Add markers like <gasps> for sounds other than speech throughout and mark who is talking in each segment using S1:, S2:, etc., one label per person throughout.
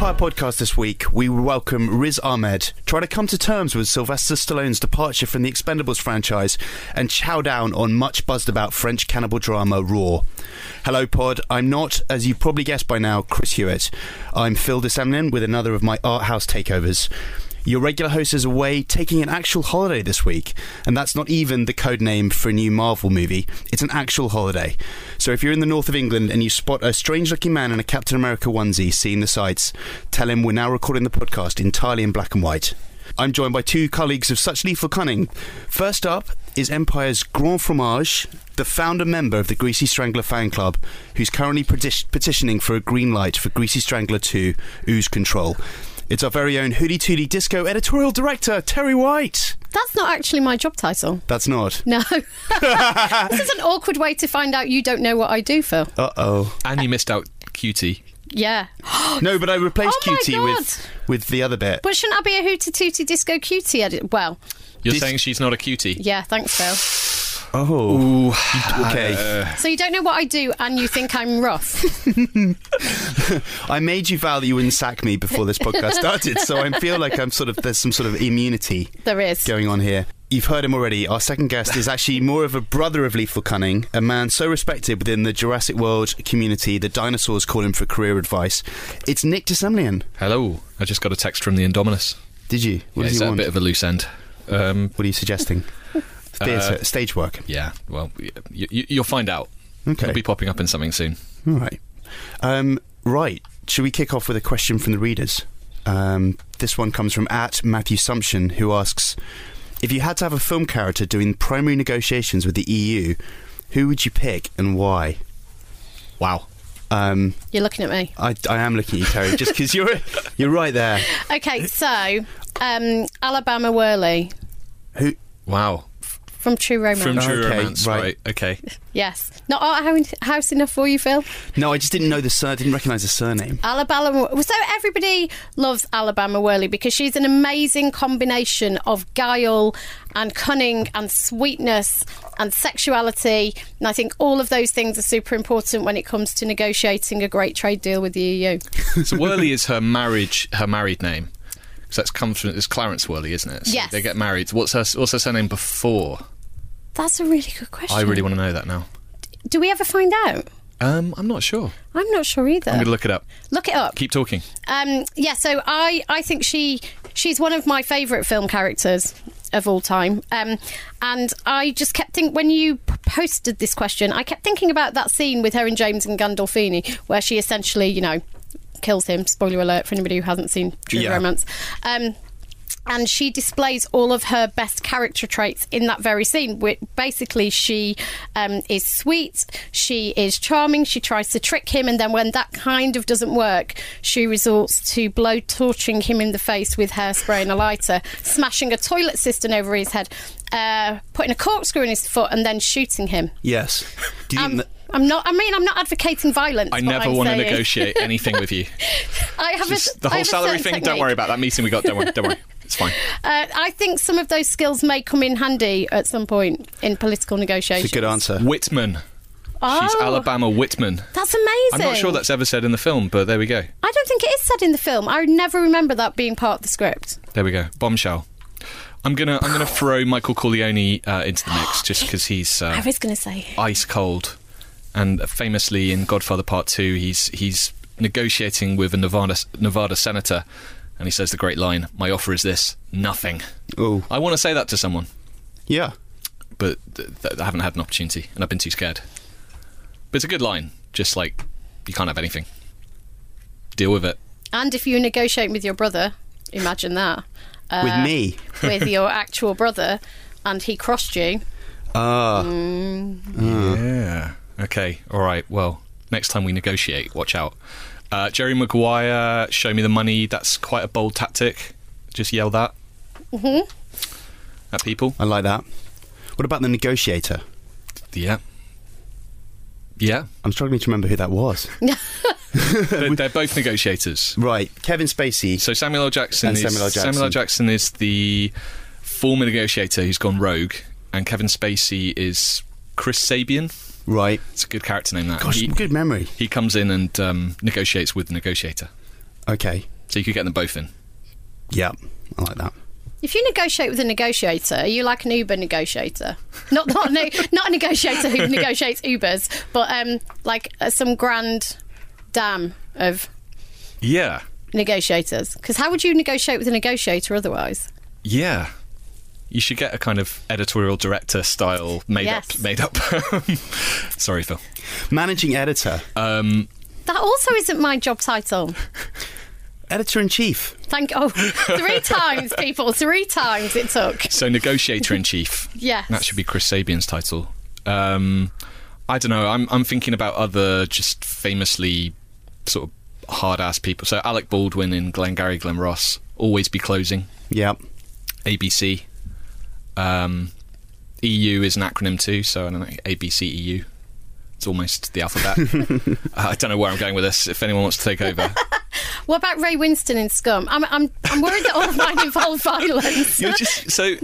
S1: our podcast this week, we welcome Riz Ahmed, trying to come to terms with Sylvester Stallone's departure from the Expendables franchise and chow down on much buzzed about French cannibal drama Raw. Hello, Pod. I'm not, as you probably guessed by now, Chris Hewitt. I'm Phil Desemlin with another of my art house takeovers. Your regular host is away taking an actual holiday this week, and that's not even the code name for a new Marvel movie. It's an actual holiday. So if you're in the north of England and you spot a strange looking man in a Captain America onesie seeing the sights, tell him we're now recording the podcast entirely in black and white. I'm joined by two colleagues of such lethal cunning. First up is Empire's Grand Fromage, the founder member of the Greasy Strangler fan club, who's currently peti- petitioning for a green light for Greasy Strangler 2 Ooze Control. It's our very own Hootie Tootie Disco editorial director, Terry White.
S2: That's not actually my job title.
S1: That's not.
S2: No. <laughs> this is an awkward way to find out you don't know what I do, Phil.
S1: Uh oh.
S3: And you missed out Cutie.
S2: Yeah. <gasps>
S1: No, but I replaced
S2: Oh my
S1: Cutie
S2: God.
S1: with with the other bit.
S2: But shouldn't I be a hootie tootie disco cutie edit? Well,
S3: You're
S1: This-
S3: saying she's not a cutie?
S2: yeah, thanks, Phil.
S1: Oh.
S3: Ooh.
S1: Okay.
S2: So you don't know what I do and you think I'm rough. <laughs>
S1: I made you vow that you wouldn't sack me before this podcast started, so I feel like I'm sort of there's some sort of immunity
S2: There is.
S1: going on here. You've heard him already. Our second guest is actually more of a brother of Lethal Cunning, a man so respected within the Jurassic World community, the dinosaurs call him for career advice. It's Nick Dissemblian.
S3: Hello. I just got a text from the Indominus.
S1: Did you? What
S3: Yeah,
S1: does
S3: it's
S1: he
S3: at a
S1: want?
S3: bit of a loose end. Um,
S1: What are you suggesting? Theatre, stage work.
S3: yeah. Well, y- y- you'll find out.
S1: Okay.
S3: It'll be popping up in something soon.
S1: All right. Um, right. Should we kick off with a question from the readers? Um, this one comes from at Matthew Sumption, who asks If you had to have a film character doing primary negotiations with the EU, who would you pick and why? Wow. Um,
S2: You're looking at me.
S1: I, I am looking at you, Terry, just because you're, you're right there.
S2: Okay, so um, Alabama Whirly
S1: Who?
S3: Wow.
S2: from True Romance.
S3: From True
S1: Okay,
S3: Romance.
S1: right.
S3: Right. Okay.
S2: yes. Not Art Hound- House enough for you, Phil?
S1: No, I just didn't know the surname, didn't recognise the surname.
S2: Alabama. So everybody loves Alabama Whirly because she's an amazing combination of guile and cunning and sweetness and sexuality. And I think all of those things are super important when it comes to negotiating a great trade deal with the E EU.
S3: <laughs> So Whirly is her marriage, her married name. So that's comes from it's Clarence Whirly, isn't it? So
S2: Yes.
S3: They get married. What's her What's her surname before?
S2: That's a really good question.
S3: I really want to know that now.
S2: Do we ever find out?
S3: Um, I'm not sure.
S2: I'm not sure either.
S3: I'm going to look it up.
S2: Look it up.
S3: Keep talking.
S2: Um, yeah, so I, I think she she's one of my favourite film characters of all time. Um, and I just kept think when you p- posted this question, I kept thinking about that scene with her and James and Gandolfini, where she essentially, you know, kills him. Spoiler alert for anybody who hasn't seen True
S1: Yeah.
S2: Romance. Um, and she displays all of her best character traits in that very scene. Where basically, she um, is sweet, she is charming, she tries to trick him, and then when that kind of doesn't work, she resorts to blow torching him in the face with hairspray and a lighter, smashing a toilet cistern over his head, uh, putting a corkscrew in his foot, and then shooting him.
S1: Yes. Do you think
S2: Um,
S1: that-
S2: I'm not. I mean, I'm not advocating violence.
S3: I
S2: but
S3: never
S2: I'm
S3: want to
S2: saying-
S3: negotiate anything with
S2: <laughs>
S3: you.
S2: I have
S3: Just
S2: a,
S3: the
S2: I
S3: whole
S2: have a
S3: salary
S2: certain
S3: thing. Don't
S2: technique.
S3: worry about that meeting we got. Don't worry.
S2: <laughs>
S3: Don't worry. It's fine.
S2: Uh, I think some of those skills may come in handy at some point in political negotiations.
S1: It's a good answer.
S3: Whitman. She's
S2: Oh.
S3: Alabama Whitman.
S2: That's amazing.
S3: I'm not sure that's ever said in the film, but there we go.
S2: I don't think it is said in the film. I never remember that being part of the script.
S3: There we go. Bombshell. I'm gonna I'm gonna throw Michael Corleone uh, into the
S2: <gasps>
S3: mix just because he's
S2: I
S3: uh,
S2: was going to say.
S3: ice cold, and famously in Godfather Part Two, he's he's negotiating with a Nevada Nevada senator, and he says the great line, "My offer is this: nothing."
S1: Oh,
S3: I want to say that to someone,
S1: yeah.
S3: but th- th- I haven't had an opportunity, and I've been too scared. But it's a good line. Just like you can't have anything. Deal with it.
S2: And if you negotiate with your brother, imagine that. Uh,
S1: With me.
S2: <laughs> with your actual brother, and he crossed you. <laughs>
S1: Ah.
S3: Yeah. Okay. All right. Well, next time we negotiate, watch out. Uh, Jerry Maguire, show me the money. That's quite a bold tactic. Just yell that. Mm-hmm. At people.
S1: I like that. What about the negotiator?
S3: Yeah. Yeah.
S1: I'm struggling to remember who that was.
S3: They're, they're both negotiators.
S1: Right, Kevin Spacey.
S3: So Samuel L. Jackson
S1: And
S3: is
S1: Samuel L. Jackson.
S3: Samuel L. Jackson is the former negotiator who's gone rogue, and Kevin Spacey is Chris Sabian.
S1: right.
S3: It's a good character name. That
S1: Gosh,
S3: he,
S1: good memory.
S3: he comes in and um, negotiates with the negotiator.
S1: Okay.
S3: So you could get them both in.
S1: Yeah, I like that.
S2: If you negotiate with a negotiator, are you like an Uber negotiator? Not not, no, <laughs> not a negotiator who <laughs> negotiates Ubers, but um, like uh, some grand dam of
S3: Yeah.
S2: negotiators. Because how would you negotiate with a negotiator otherwise?
S3: Yeah. You should get a kind of editorial director style made
S2: Yes.
S3: up made up. <laughs> Sorry, Phil.
S1: Managing editor,
S3: Um,
S2: That also isn't my job title.
S1: editor in chief.
S2: Thank oh, <laughs> three times, people, three times it took.
S3: so negotiator in chief.
S2: Yes.
S3: That should be Chris Sabian's title. Um, I don't know. I'm I'm thinking about other just famously sort of hard ass people. So Alec Baldwin and Glengarry Glen Ross always be closing.
S1: Yeah,
S3: ABC. Um, EU is an acronym too, so I don't know. ABC EU. E It's almost the <laughs> alphabet. Uh, I don't know where I'm going with this. If anyone wants to take over,
S2: What about Ray Winston in Scum? I'm, I'm, I'm worried that all of mine involve <laughs> violence.
S3: you're just so.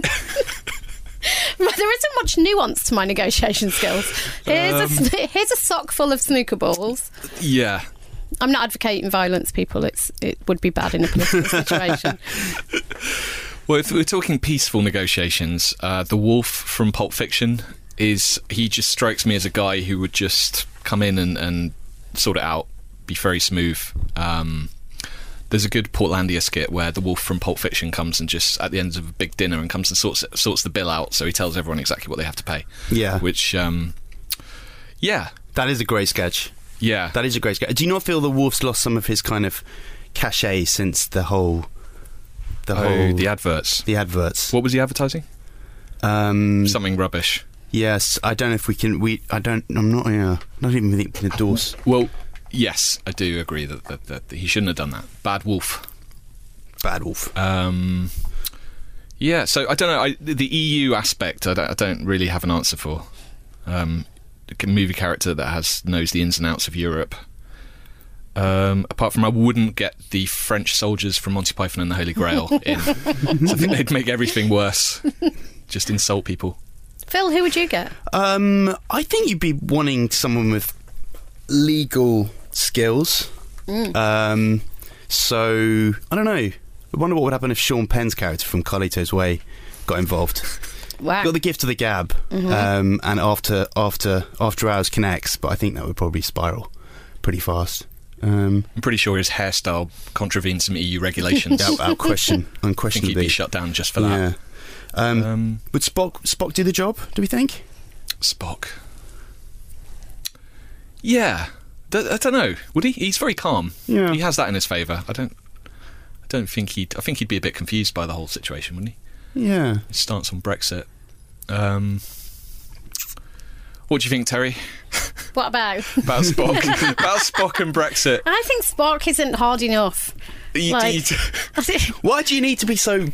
S2: there isn't much nuance to my negotiation skills. Here's,
S3: Um,
S2: a, sn- here's a sock full of snooker balls.
S3: <laughs> Yeah,
S2: I'm not advocating violence, people. It's it would be bad in a
S3: <laughs>
S2: political situation.
S3: Well, if we're talking peaceful negotiations, uh, the wolf from Pulp Fiction is he just strikes me as a guy who would just come in and, and sort it out, be very smooth. Um, there's a good Portlandia skit where the wolf from Pulp Fiction comes and just at the end of a big dinner and comes and sorts sorts the bill out, so he tells everyone exactly what they have to pay.
S1: Yeah.
S3: which um, yeah,
S1: that is a great sketch.
S3: yeah,
S1: That is a great sketch. Do you not feel the Wolf's lost some of his kind of cachet since the whole, the
S3: oh,
S1: whole,
S3: the adverts.
S1: the adverts?
S3: What was he advertising?
S1: Um,
S3: Something rubbish.
S1: yes, I don't know if we can. We, I don't. I'm not. Yeah, not even think we can endorse.
S3: Well, yes, I do agree that, that, that he shouldn't have done that. Bad wolf.
S1: Bad Wolf.
S3: Um, yeah, so I don't know. I, the EU aspect, I don't, I don't really have an answer for. Um, a movie character that has knows the ins and outs of Europe. Um, apart from, I wouldn't get the French soldiers from Monty Python and the Holy Grail in. so I think they'd make everything worse. Just insult people.
S2: Phil, who would you get?
S1: Um, I think you'd be wanting someone with legal skills.
S3: Mm.
S1: Um, so I don't know. I wonder what would happen if Sean Penn's character from Carlito's Way got
S3: <laughs>
S1: involved.
S2: Wow.
S1: Got the gift of the gab,
S3: Mm-hmm.
S1: um, and after after after hours connects, but I think that would probably spiral pretty fast.
S3: <laughs>
S1: Um,
S3: I'm pretty sure his hairstyle contravenes some
S1: <laughs>
S3: EU regulations.
S1: out, out question,
S3: I think he'd be
S1: unquestionably.
S3: shut down just for
S1: Yeah.
S3: that.
S1: Um,
S3: Um,
S1: would Spock Spock do the job? Do we think?
S3: Spock. Yeah, D- I don't know. Would he? He's very calm.
S1: Yeah.
S3: he has that in his favour. I don't. I don't think he'd. I think he'd be a bit confused by the whole situation, wouldn't he?
S1: Yeah.
S3: His stance on Brexit. Um, what do you think, Terry?
S2: what about? <laughs>
S3: About Spock? about Spock and Brexit?
S2: I think Spark isn't hard enough. <laughs>
S3: He-
S2: Like-
S3: he-
S1: Why do you need to be so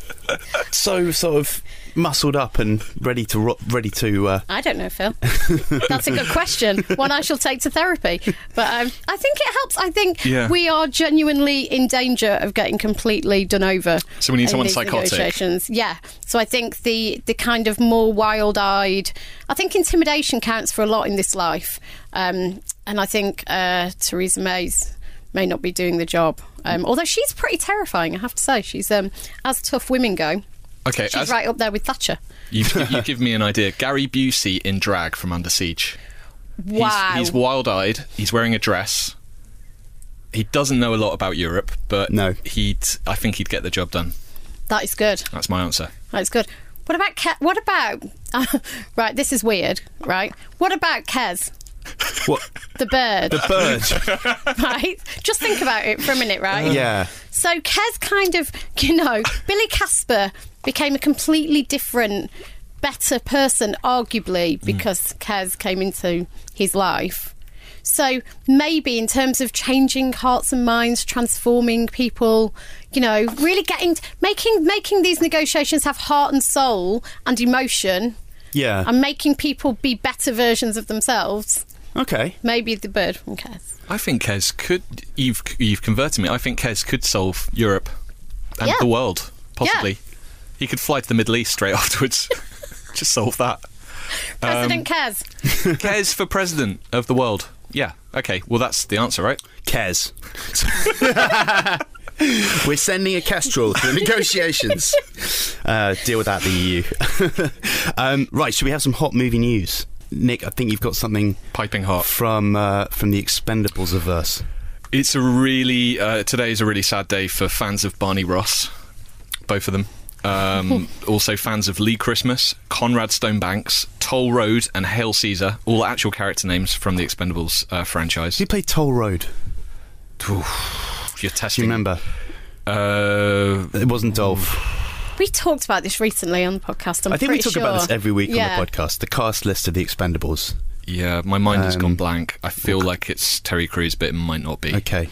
S1: so sort of muscled up and ready to ro- ready to? Uh,
S2: I don't know, Phil. <laughs> That's a good question. One I shall take to therapy. But um, I think it helps. I think
S3: Yeah.
S2: we are genuinely in danger of getting completely done over.
S3: So we need
S2: in
S3: someone
S2: these
S3: psychotic.
S2: Negotiations. Yeah. So I think the the kind of more wild eyed. I think intimidation counts for a lot in this life, um, and I think uh, Theresa May's may not be doing the job. Um, although she's pretty terrifying, I have to say. She's um, as tough women go.
S3: <laughs> okay,
S2: She's
S3: as,
S2: right up there with Thatcher.
S3: you, you give me an idea. Gary Busey in drag from Under Siege.
S2: Wow.
S3: He's, he's wild eyed. He's wearing a dress. He doesn't know a lot about Europe, but
S1: No.
S3: he'd. I think he'd get the job done.
S2: that is good.
S3: That's my answer.
S2: That's good. What about Ke- what about <laughs> right? This is weird, right? What about Kez,
S1: what
S2: the bird?
S1: the bird?
S2: <laughs> right? Just think about it for a minute, right?
S1: yeah.
S2: So Kez kind of, <laughs> you know, Billy Casper became a completely different, better person, arguably, because Kez came into his life. So maybe in terms of changing hearts and minds, transforming people, you know, really getting making making these negotiations have heart and soul and emotion,
S1: Yeah.
S2: and making people be better versions of themselves.
S1: okay.
S2: Maybe the bird from Kez.
S3: I think Kez could. You've you've converted me. I think Kez could solve Europe and
S2: Yeah.
S3: the world possibly. He could fly to the Middle East straight <laughs> afterwards. Just solve that.
S2: President Kez.
S3: Kez for president of the world. Yeah. Okay. Well, that's the answer, right?
S1: Cares. <laughs> We're sending a Kestrel to the negotiations. Uh, deal with that, the EU. <laughs> um, right, should we have some hot movie news? Nick, I think you've got something
S3: Piping hot.
S1: from uh, from the Expendables averse.
S3: It's a really uh, today is a really sad day for fans of Barney Ross, both of them.
S1: <laughs>
S3: Um, also fans of Lee Christmas, Conrad Stonebanks, Toll Road, and Hail Caesar, all actual character names from the Expendables uh, franchise.
S1: Did you play Toll Road?
S3: You're
S1: Do
S3: testing.
S1: you remember?
S3: Uh,
S1: It wasn't Dolph.
S2: We talked about this recently on the podcast. I'm
S1: I think we
S2: pretty
S1: talk about
S2: sure.
S1: this every week
S2: Yeah.
S1: on the podcast. The cast list of the Expendables.
S3: yeah, my mind has
S1: Um,
S3: gone blank. I feel like it's Terry Crews, but it might not be.
S1: Okay,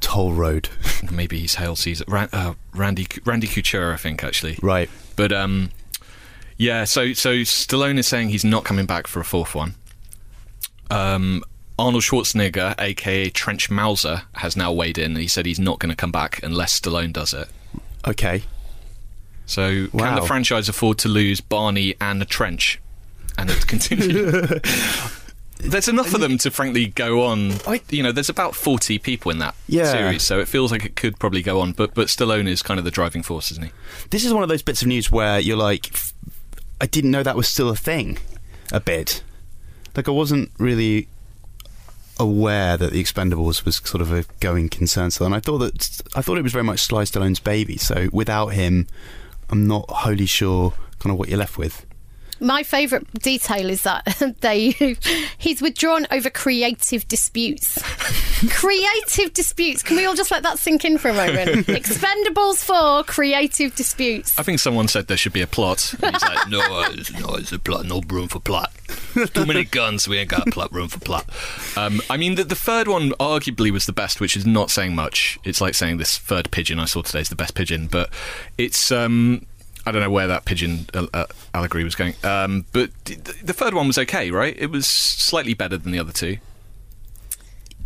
S1: Toll Road. <laughs>
S3: Maybe he's Hail Caesar. Ran- uh, Randy Randy Couture, I think actually.
S1: Right.
S3: But um, yeah. So so Stallone is saying he's not coming back for a fourth one. Um, Arnold Schwarzenegger, aka Trench Mauser, has now weighed in. and He said he's not going to come back unless Stallone does it.
S1: Okay.
S3: So
S1: Wow.
S3: can the franchise afford to lose Barney and Trench? And it continue.
S1: <laughs>
S3: There's enough of them to frankly go on. you know, there's about 40 people in that
S1: Yeah.
S3: series, so it feels like it could probably go on. But but Stallone is kind of the driving force, isn't he?
S1: This is one of those bits of news where you're like, "F- I didn't know that was still a thing. A bit. Like I wasn't really aware that the Expendables was sort of a going concern still, and I thought that I thought it was very much Sly Stallone's baby. So without him, I'm not wholly sure kind of what you're left with.
S2: My favourite detail is that <laughs> they he's withdrawn over creative
S1: <laughs>
S2: disputes. creative disputes. Can we all just let that sink in for
S1: <laughs>
S2: a moment? Expendables for creative disputes.
S3: I think someone said there should be a plot. And <laughs> he's like, no, uh, no, it's a plot, no room for plot. Too many guns, we ain't got plot room for plot. Um, I mean, the, the third one arguably was the best, which is not saying much. It's like saying this third pigeon I saw today is the best pigeon, but it's. Um, I don't know where that pigeon uh, uh, allegory was going, um, but the, the third one was okay, right? It was slightly better than the other two.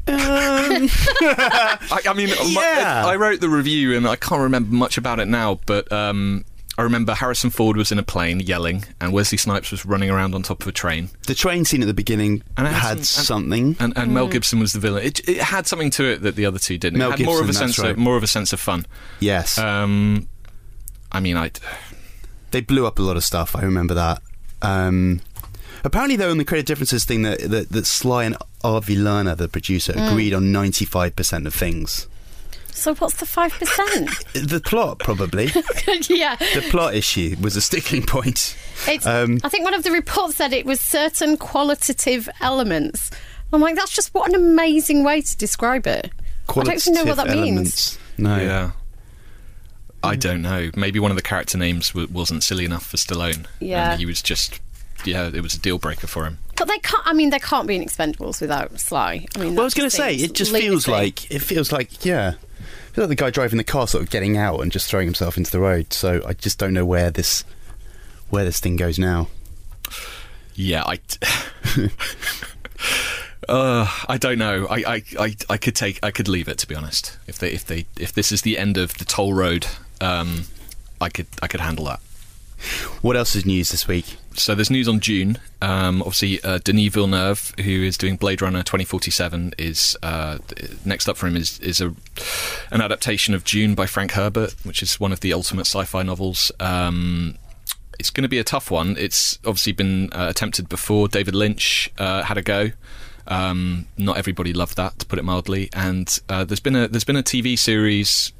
S3: Um. I, I mean, my-
S1: Yeah.
S3: I wrote the review and I can't remember much about it now, but um, I remember Harrison Ford was in a plane yelling, and Wesley Snipes was running around on top of a train,
S1: <laughs> The train scene at the beginning
S3: And uh, it has
S1: had
S3: some-
S1: something.
S3: and, and Mel Gibson was the villain. It, it had something to it that the other two didn't.
S1: Mel
S3: it had more of a
S1: Gibson, that's
S3: sense
S1: right.
S3: of more of a sense of fun.
S1: yes,
S3: Um, I mean, I
S1: they blew up a lot of stuff. I remember that. Um, apparently, though, in the credit differences thing, that that, that Sly and Arvy Lerner, the producer,
S2: Mm.
S1: agreed on ninety five percent of things.
S2: So what's the
S1: <laughs>
S2: five percent?
S1: The plot,
S2: <laughs>
S1: probably
S2: yeah.
S1: the plot issue, was a sticking point.
S2: It's,
S1: Um,
S2: I think one of the reports said it was certain qualitative elements. I'm like, that's just what an amazing way to describe it. I don't even know what that
S1: Qualitative
S2: means.
S1: elements. No.
S3: yeah. I
S1: Mm.
S3: don't know. Maybe one of the character names w- wasn't silly enough for Stallone.
S2: Yeah.
S3: and he was just, yeah, it was a deal breaker for him.
S2: But they can't. I mean, there can't be an Expendables without Sly. I mean,
S1: Well, I was going to say, it just feels like it feels like yeah, it feels like the guy driving the car sort of getting out and just throwing himself into the road. So I just don't know where this where this thing goes now.
S3: Yeah, I. <laughs> uh, I don't know. I, I, I, I could take. I could leave it to be honest. If they, if they, if this is the end of the toll road, um, I could, I could handle that.
S1: What else is news this week?
S3: So there's news on June. Um, obviously, uh, Denis Villeneuve, who is doing Blade Runner 2047, is uh, th- next up for him is is a an adaptation of June by Frank Herbert, which is one of the ultimate sci-fi novels. Um, it's going to be a tough one. It's obviously been uh, attempted before. David Lynch uh, had a go. Um, not everybody loved that, to put it mildly. And uh, there's been a there's been a TV series,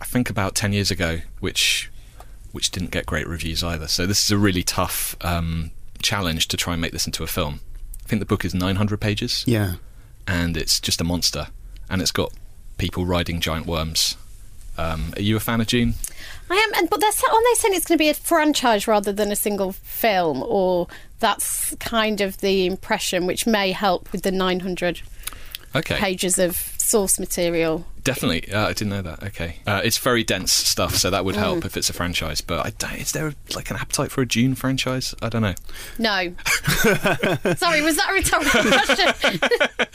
S3: I think about ten years ago, which which didn't get great reviews either. So this is a really tough um, challenge to try and make this into a film. I think the book is 900 pages,
S1: Yeah.
S3: and it's just a monster, and it's got people riding giant worms. Um, are you a fan of June?
S2: I am, and but they're sa- aren't they saying it's going to be a franchise rather than a single film? Or that's kind of the impression, which may help with the 900
S3: Okay,
S2: pages of source material.
S3: definitely. Uh, I didn't know that. Okay, uh, it's very dense stuff, so that would help if it's a franchise. But I don't, is there like an appetite for a June franchise? I don't know.
S2: No, <laughs> sorry, was that a rhetorical <laughs> question?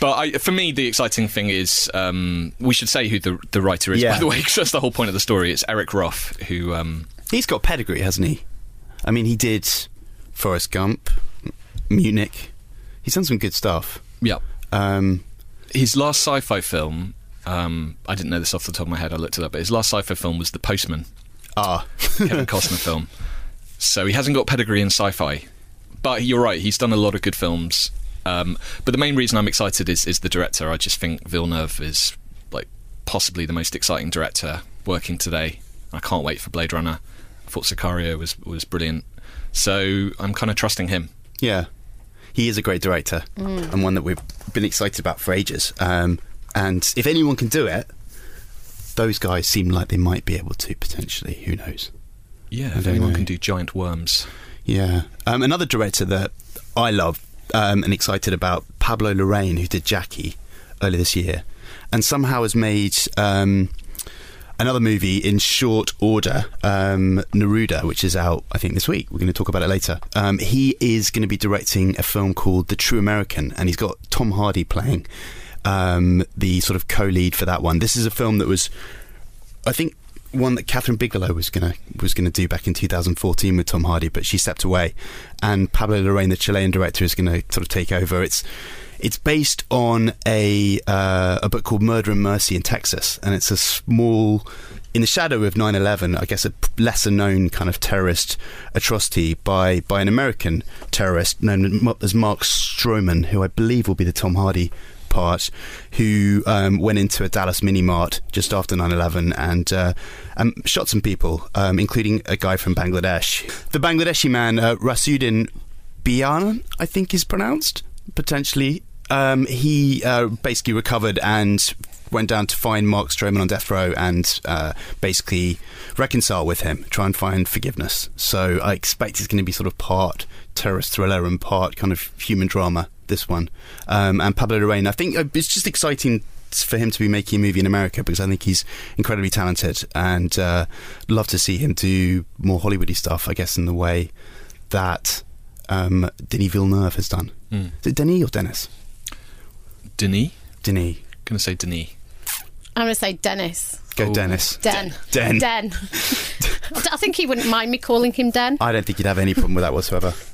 S3: But I, for me, the exciting thing is um, we should say who the the writer is,
S1: Yeah.
S3: by the way, because that's the whole point of the story. It's Eric Roth, who um,
S1: He's got pedigree, hasn't he? I mean, he did Forrest Gump, M- Munich. He's done some good stuff.
S3: yeah.
S1: Um,
S3: his last sci-fi film Um, I didn't know this off the top of my head. I looked it up, but his last sci-fi film was The Postman,
S1: Ah,
S3: Kevin Costner film. So he hasn't got pedigree in sci-fi, but you're right. He's done a lot of good films. Um, but the main reason I'm excited is is the director. I just think Villeneuve is like possibly the most exciting director working today. I can't wait for Blade Runner. I thought Sicario was was brilliant. So I'm kind of trusting him.
S1: yeah. He is a great director and one that we've been excited about for ages. Um, and if anyone can do it, those guys seem like they might be able to potentially. Who knows?
S3: Yeah,
S1: I
S3: if
S1: don't
S3: anyone
S1: know.
S3: can do giant worms.
S1: Yeah. Um, another director that I love um, and excited about, Pablo Lorraine, who did Jackie earlier this year, and somehow has made um, another movie in short order, um, Neruda, which is out, I think, this week. We're going to talk about it later. Um, he is going to be directing a film called The True American, and he's got Tom Hardy playing um, the sort of co lead for that one. This is a film that was I think one that Catherine Bigelow was gonna was gonna do back in 2014 with Tom Hardy, but she stepped away, and Pablo Lorraine, the Chilean director, is gonna sort of take over. It's it's based on a uh, a book called Murder and Mercy in Texas, and it's a small in the shadow of 9/11, I guess a p- lesser known kind of terrorist atrocity by by an American terrorist known as Mark Stroman, who I believe will be the Tom Hardy part who um, went into a Dallas mini mart just after 9 11 and, uh, and shot some people, um, including a guy from Bangladesh. The Bangladeshi man, uh, Rasudin Bianan, I think is pronounced, potentially. Um, he uh, basically recovered and went down to find Mark Stroman on death row and uh, basically reconcile with him, try and find forgiveness. So I expect it's going to be sort of part terrorist thriller and part kind of human drama. This one um, and Pablo Lorraine. I think uh, it's just exciting for him to be making a movie in America because I think he's incredibly talented and uh, love to see him do more Hollywoody stuff. I guess in the way that um, Denis Villeneuve has done.
S3: Mm.
S1: Is it Denis or Dennis?
S3: Denis,
S1: Denis.
S3: gonna say Denis.
S2: I'm going to say Dennis.
S1: Go
S3: Ooh.
S1: Dennis.
S2: Den.
S1: Den. <laughs>
S2: Den. <laughs> I think he wouldn't mind me calling him Den.
S1: I don't think you'd have any problem with that whatsoever. <laughs>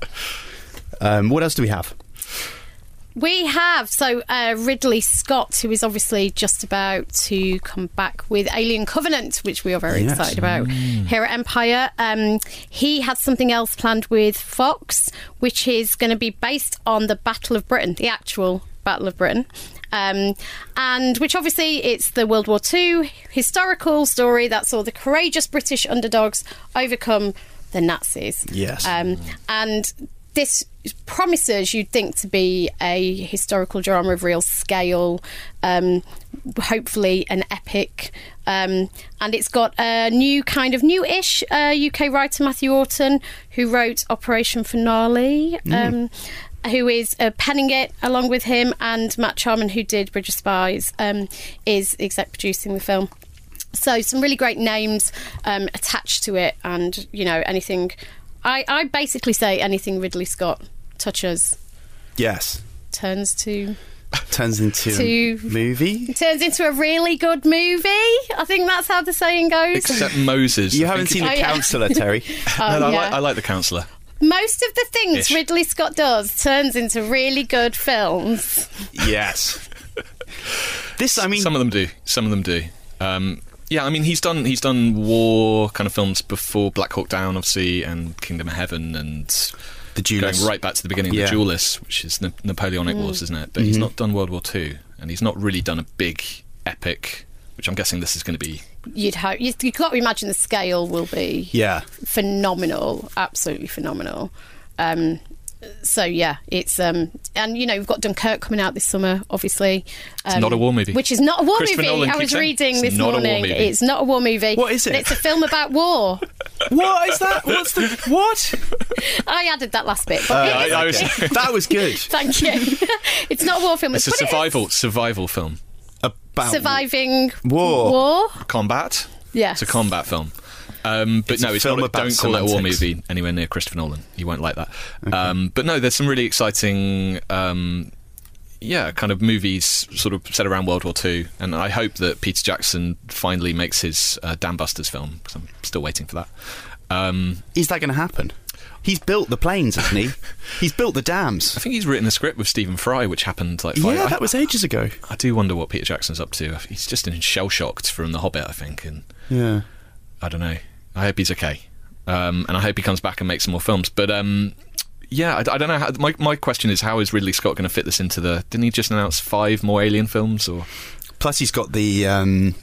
S1: Um, what else do we have?
S2: We have so uh, Ridley Scott, who is obviously just about to come back with Alien Covenant, which we are very
S1: Yes.
S2: excited about here at Empire. Um, he has something else planned with Fox, which is going to be based on the Battle of Britain, the actual Battle of Britain. Um, and which obviously it's the World War II historical story that saw the courageous British underdogs overcome the Nazis.
S1: Yes.
S2: Um, and this promises you'd think to be a historical drama of real scale, um, hopefully an epic. Um, and it's got a new kind of new-ish uh, UK writer Matthew Orton, who wrote Operation Finale, um, who is uh, penning it along with him, and Matt Charman, who did Bridge of Spies, um, is exec producing the film. So some really great names um, attached to it, and you know anything. I, I basically say anything Ridley Scott touches
S1: Yes.
S2: turns to
S1: Turns into a
S2: To-
S1: movie.
S2: turns into a really good movie. I think that's how the saying goes.
S3: <laughs> Except Moses.
S1: You
S3: I
S1: haven't
S3: think
S1: seen
S2: Oh,
S1: The
S2: yeah.
S1: Counselor,
S2: <laughs>
S1: Terry. <laughs>
S2: Oh,
S3: No, no, I,
S2: yeah.
S3: like, I like the counselor.
S2: Most of the things
S3: Ish.
S2: Ridley Scott does turns into really good films.
S1: yes. This, I mean,
S3: Some of them do. Some of them do. Um, yeah, I mean, he's done he's done war kind of films before Black Hawk Down, obviously, and Kingdom of Heaven, and
S1: the
S3: going
S1: Duelist.
S3: right back to the beginning,
S1: Yeah.
S3: the Duelist, which is the Napoleonic Wars, isn't it? But he's not done World War Two, and he's not really done a big epic, which I'm guessing this is going to be.
S2: You'd hope you, you've got to imagine the scale will be
S1: Yeah.
S2: phenomenal, absolutely phenomenal. Um, so yeah, it's um, and you know we've got Dunkirk coming out this summer, obviously. Um,
S3: not a war movie.
S2: which is not a war
S3: Christopher
S2: movie.
S3: Nolan
S2: I
S3: keeps
S2: was
S3: saying
S2: reading
S3: it's
S2: this
S3: not a war
S2: morning.
S3: movie.
S2: It's not a war movie.
S1: What is it?
S2: But it's a film about war. <laughs>
S1: What is that? What's the what?
S2: I added that last bit. But
S3: I- I was-
S1: that was good.
S2: <laughs> thank you. <laughs> it's not a war film.
S3: it's a
S2: but it is
S3: survival survival film,
S1: About
S2: surviving
S1: War.
S2: War.
S3: combat.
S2: Yes.
S3: It's a combat film. Um, but
S1: It's
S3: no,
S1: a
S3: it's
S1: film
S3: not. A,
S1: about
S3: don't call it a war
S1: semantics.
S3: movie anywhere near Christopher Nolan. You won't like that. Um, but no, there's some really exciting, um, yeah, kind of movies sort of set around World War Two, and I hope that Peter Jackson finally makes his uh, Dan Busters film because I'm still waiting for that. Um,
S1: Is that going to happen? He's built the planes, hasn't he? He's built the dams.
S3: I think he's written a script with Stephen Fry, which happened like five.
S1: yeah,
S3: I-
S1: that was ages ago.
S3: I do wonder what Peter Jackson's up to. He's just in shell shocked from The Hobbit, I think, and
S1: Yeah.
S3: I don't know. I hope he's okay, um, and I hope he comes back and makes some more films. But um, yeah, I, I don't know. How, my my question is, how is Ridley Scott going to fit this into the? Didn't he just announce five more Alien films? Or
S1: Plus, he's got the um,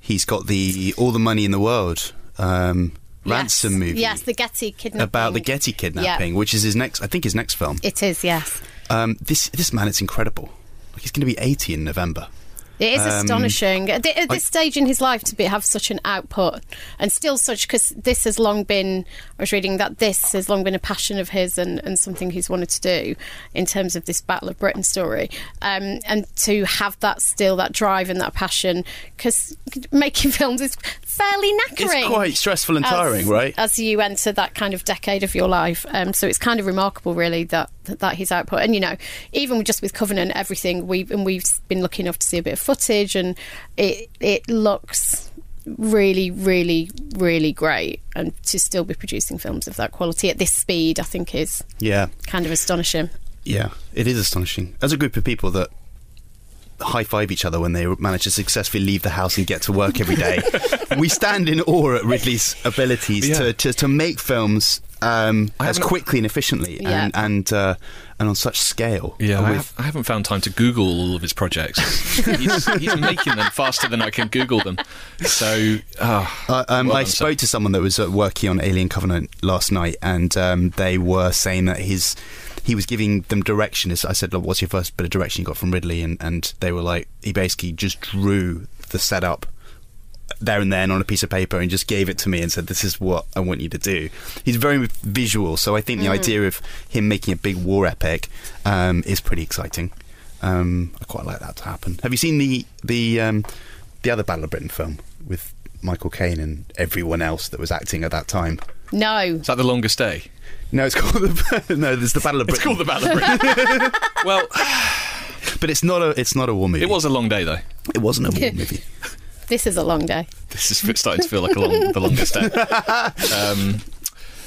S1: he's got the all the money in the world um, ransom
S2: yes.
S1: movie
S2: Yes, the Getty kidnapping.
S1: about the Getty kidnapping, which is his next. I think his next film.
S2: It is, yes.
S1: Um, this this man, it's incredible. Like, he's going to be eighty in November.
S2: It is
S1: Um,
S2: astonishing at, thi- at this stage in his life to be, have such an output and still such because this has long been. I was reading that this has long been a passion of his and, and something he's wanted to do in terms of this Battle of Britain story. Um, and to have that still, that drive and that passion, because making <laughs> films is fairly knackering.
S1: It's quite stressful and tiring,
S2: as,
S1: right?
S2: As you enter that kind of decade of your life, um, so it's kind of remarkable, really, that that his output. And you know, even just with Covenant, everything we and we've been lucky enough to see a bit of footage, and it it looks really, really, really great. And to still be producing films of that quality at this speed, I think is
S1: yeah,
S2: kind of astonishing.
S1: yeah. It is astonishing. As a group of people that high five each other when they manage to successfully leave the house and get to work every
S3: <laughs>
S1: day, we stand in awe at Ridley's abilities
S3: Yeah.
S1: to, to to make films. Um,
S3: I
S1: as
S3: haven't-
S1: quickly and efficiently,
S2: Yeah.
S1: and and uh, and on such scale.
S3: yeah,
S1: And
S3: Oh, I,
S1: with-
S3: have, I haven't found time to Google all of his projects. he's, he's making them faster than I can Google them. So ah,
S1: Uh, um,
S3: Well
S1: I
S3: done,
S1: spoke to someone that was uh, working on Alien Covenant last night, and um, they were saying that his he was giving them direction. As I said, "Look, "What's your first bit of direction you got from Ridley?" And, and they were like, he basically just drew the setup there and then on a piece of paper and just gave it to me and said, "This is what I want you to do." He's very visual, so I think the idea of him making a big war epic um, is pretty exciting. Um, I quite like that to happen. Have you seen the the um, the other Battle of Britain film with Michael Caine and everyone else that was acting at that time?
S2: No,
S3: is that the longest day?
S1: No, it's <laughs> called the no. There's the Battle of
S3: It's
S1: Britain,
S3: called the Battle of Britain. <laughs> well,
S1: but it's not a it's not a war movie.
S3: it was a long day though.
S1: it wasn't a war movie.
S2: this is a long day.
S1: Ah,
S3: This is starting to feel like a long, the longest day. Um,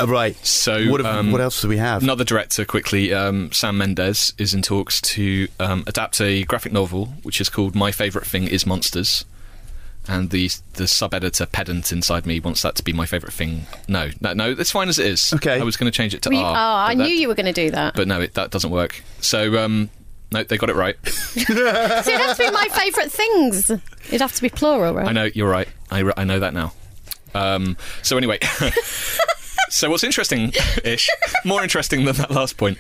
S1: Uh, right.
S3: So,
S1: what, have-
S3: um,
S1: what else do we have?
S3: Another director, quickly, um, Sam Mendes is in talks to um, adapt a graphic novel which is called "My Favorite Thing Is Monsters," and the the sub editor pedant inside me wants that to be my favorite thing. No, no, no, it's fine as it is.
S1: Okay.
S3: I was going to change it to
S2: We,
S3: R.
S2: oh, I
S3: but that-
S2: knew you were going to do that.
S3: But no, it, that doesn't work. So, um, no, they got it right.
S2: so <laughs> it'd have to be my favourite things. It'd have to be plural, right?
S3: I know you're right. I, re- I know that now. Um, so anyway, <laughs> so what's interesting ish, more interesting than that last point,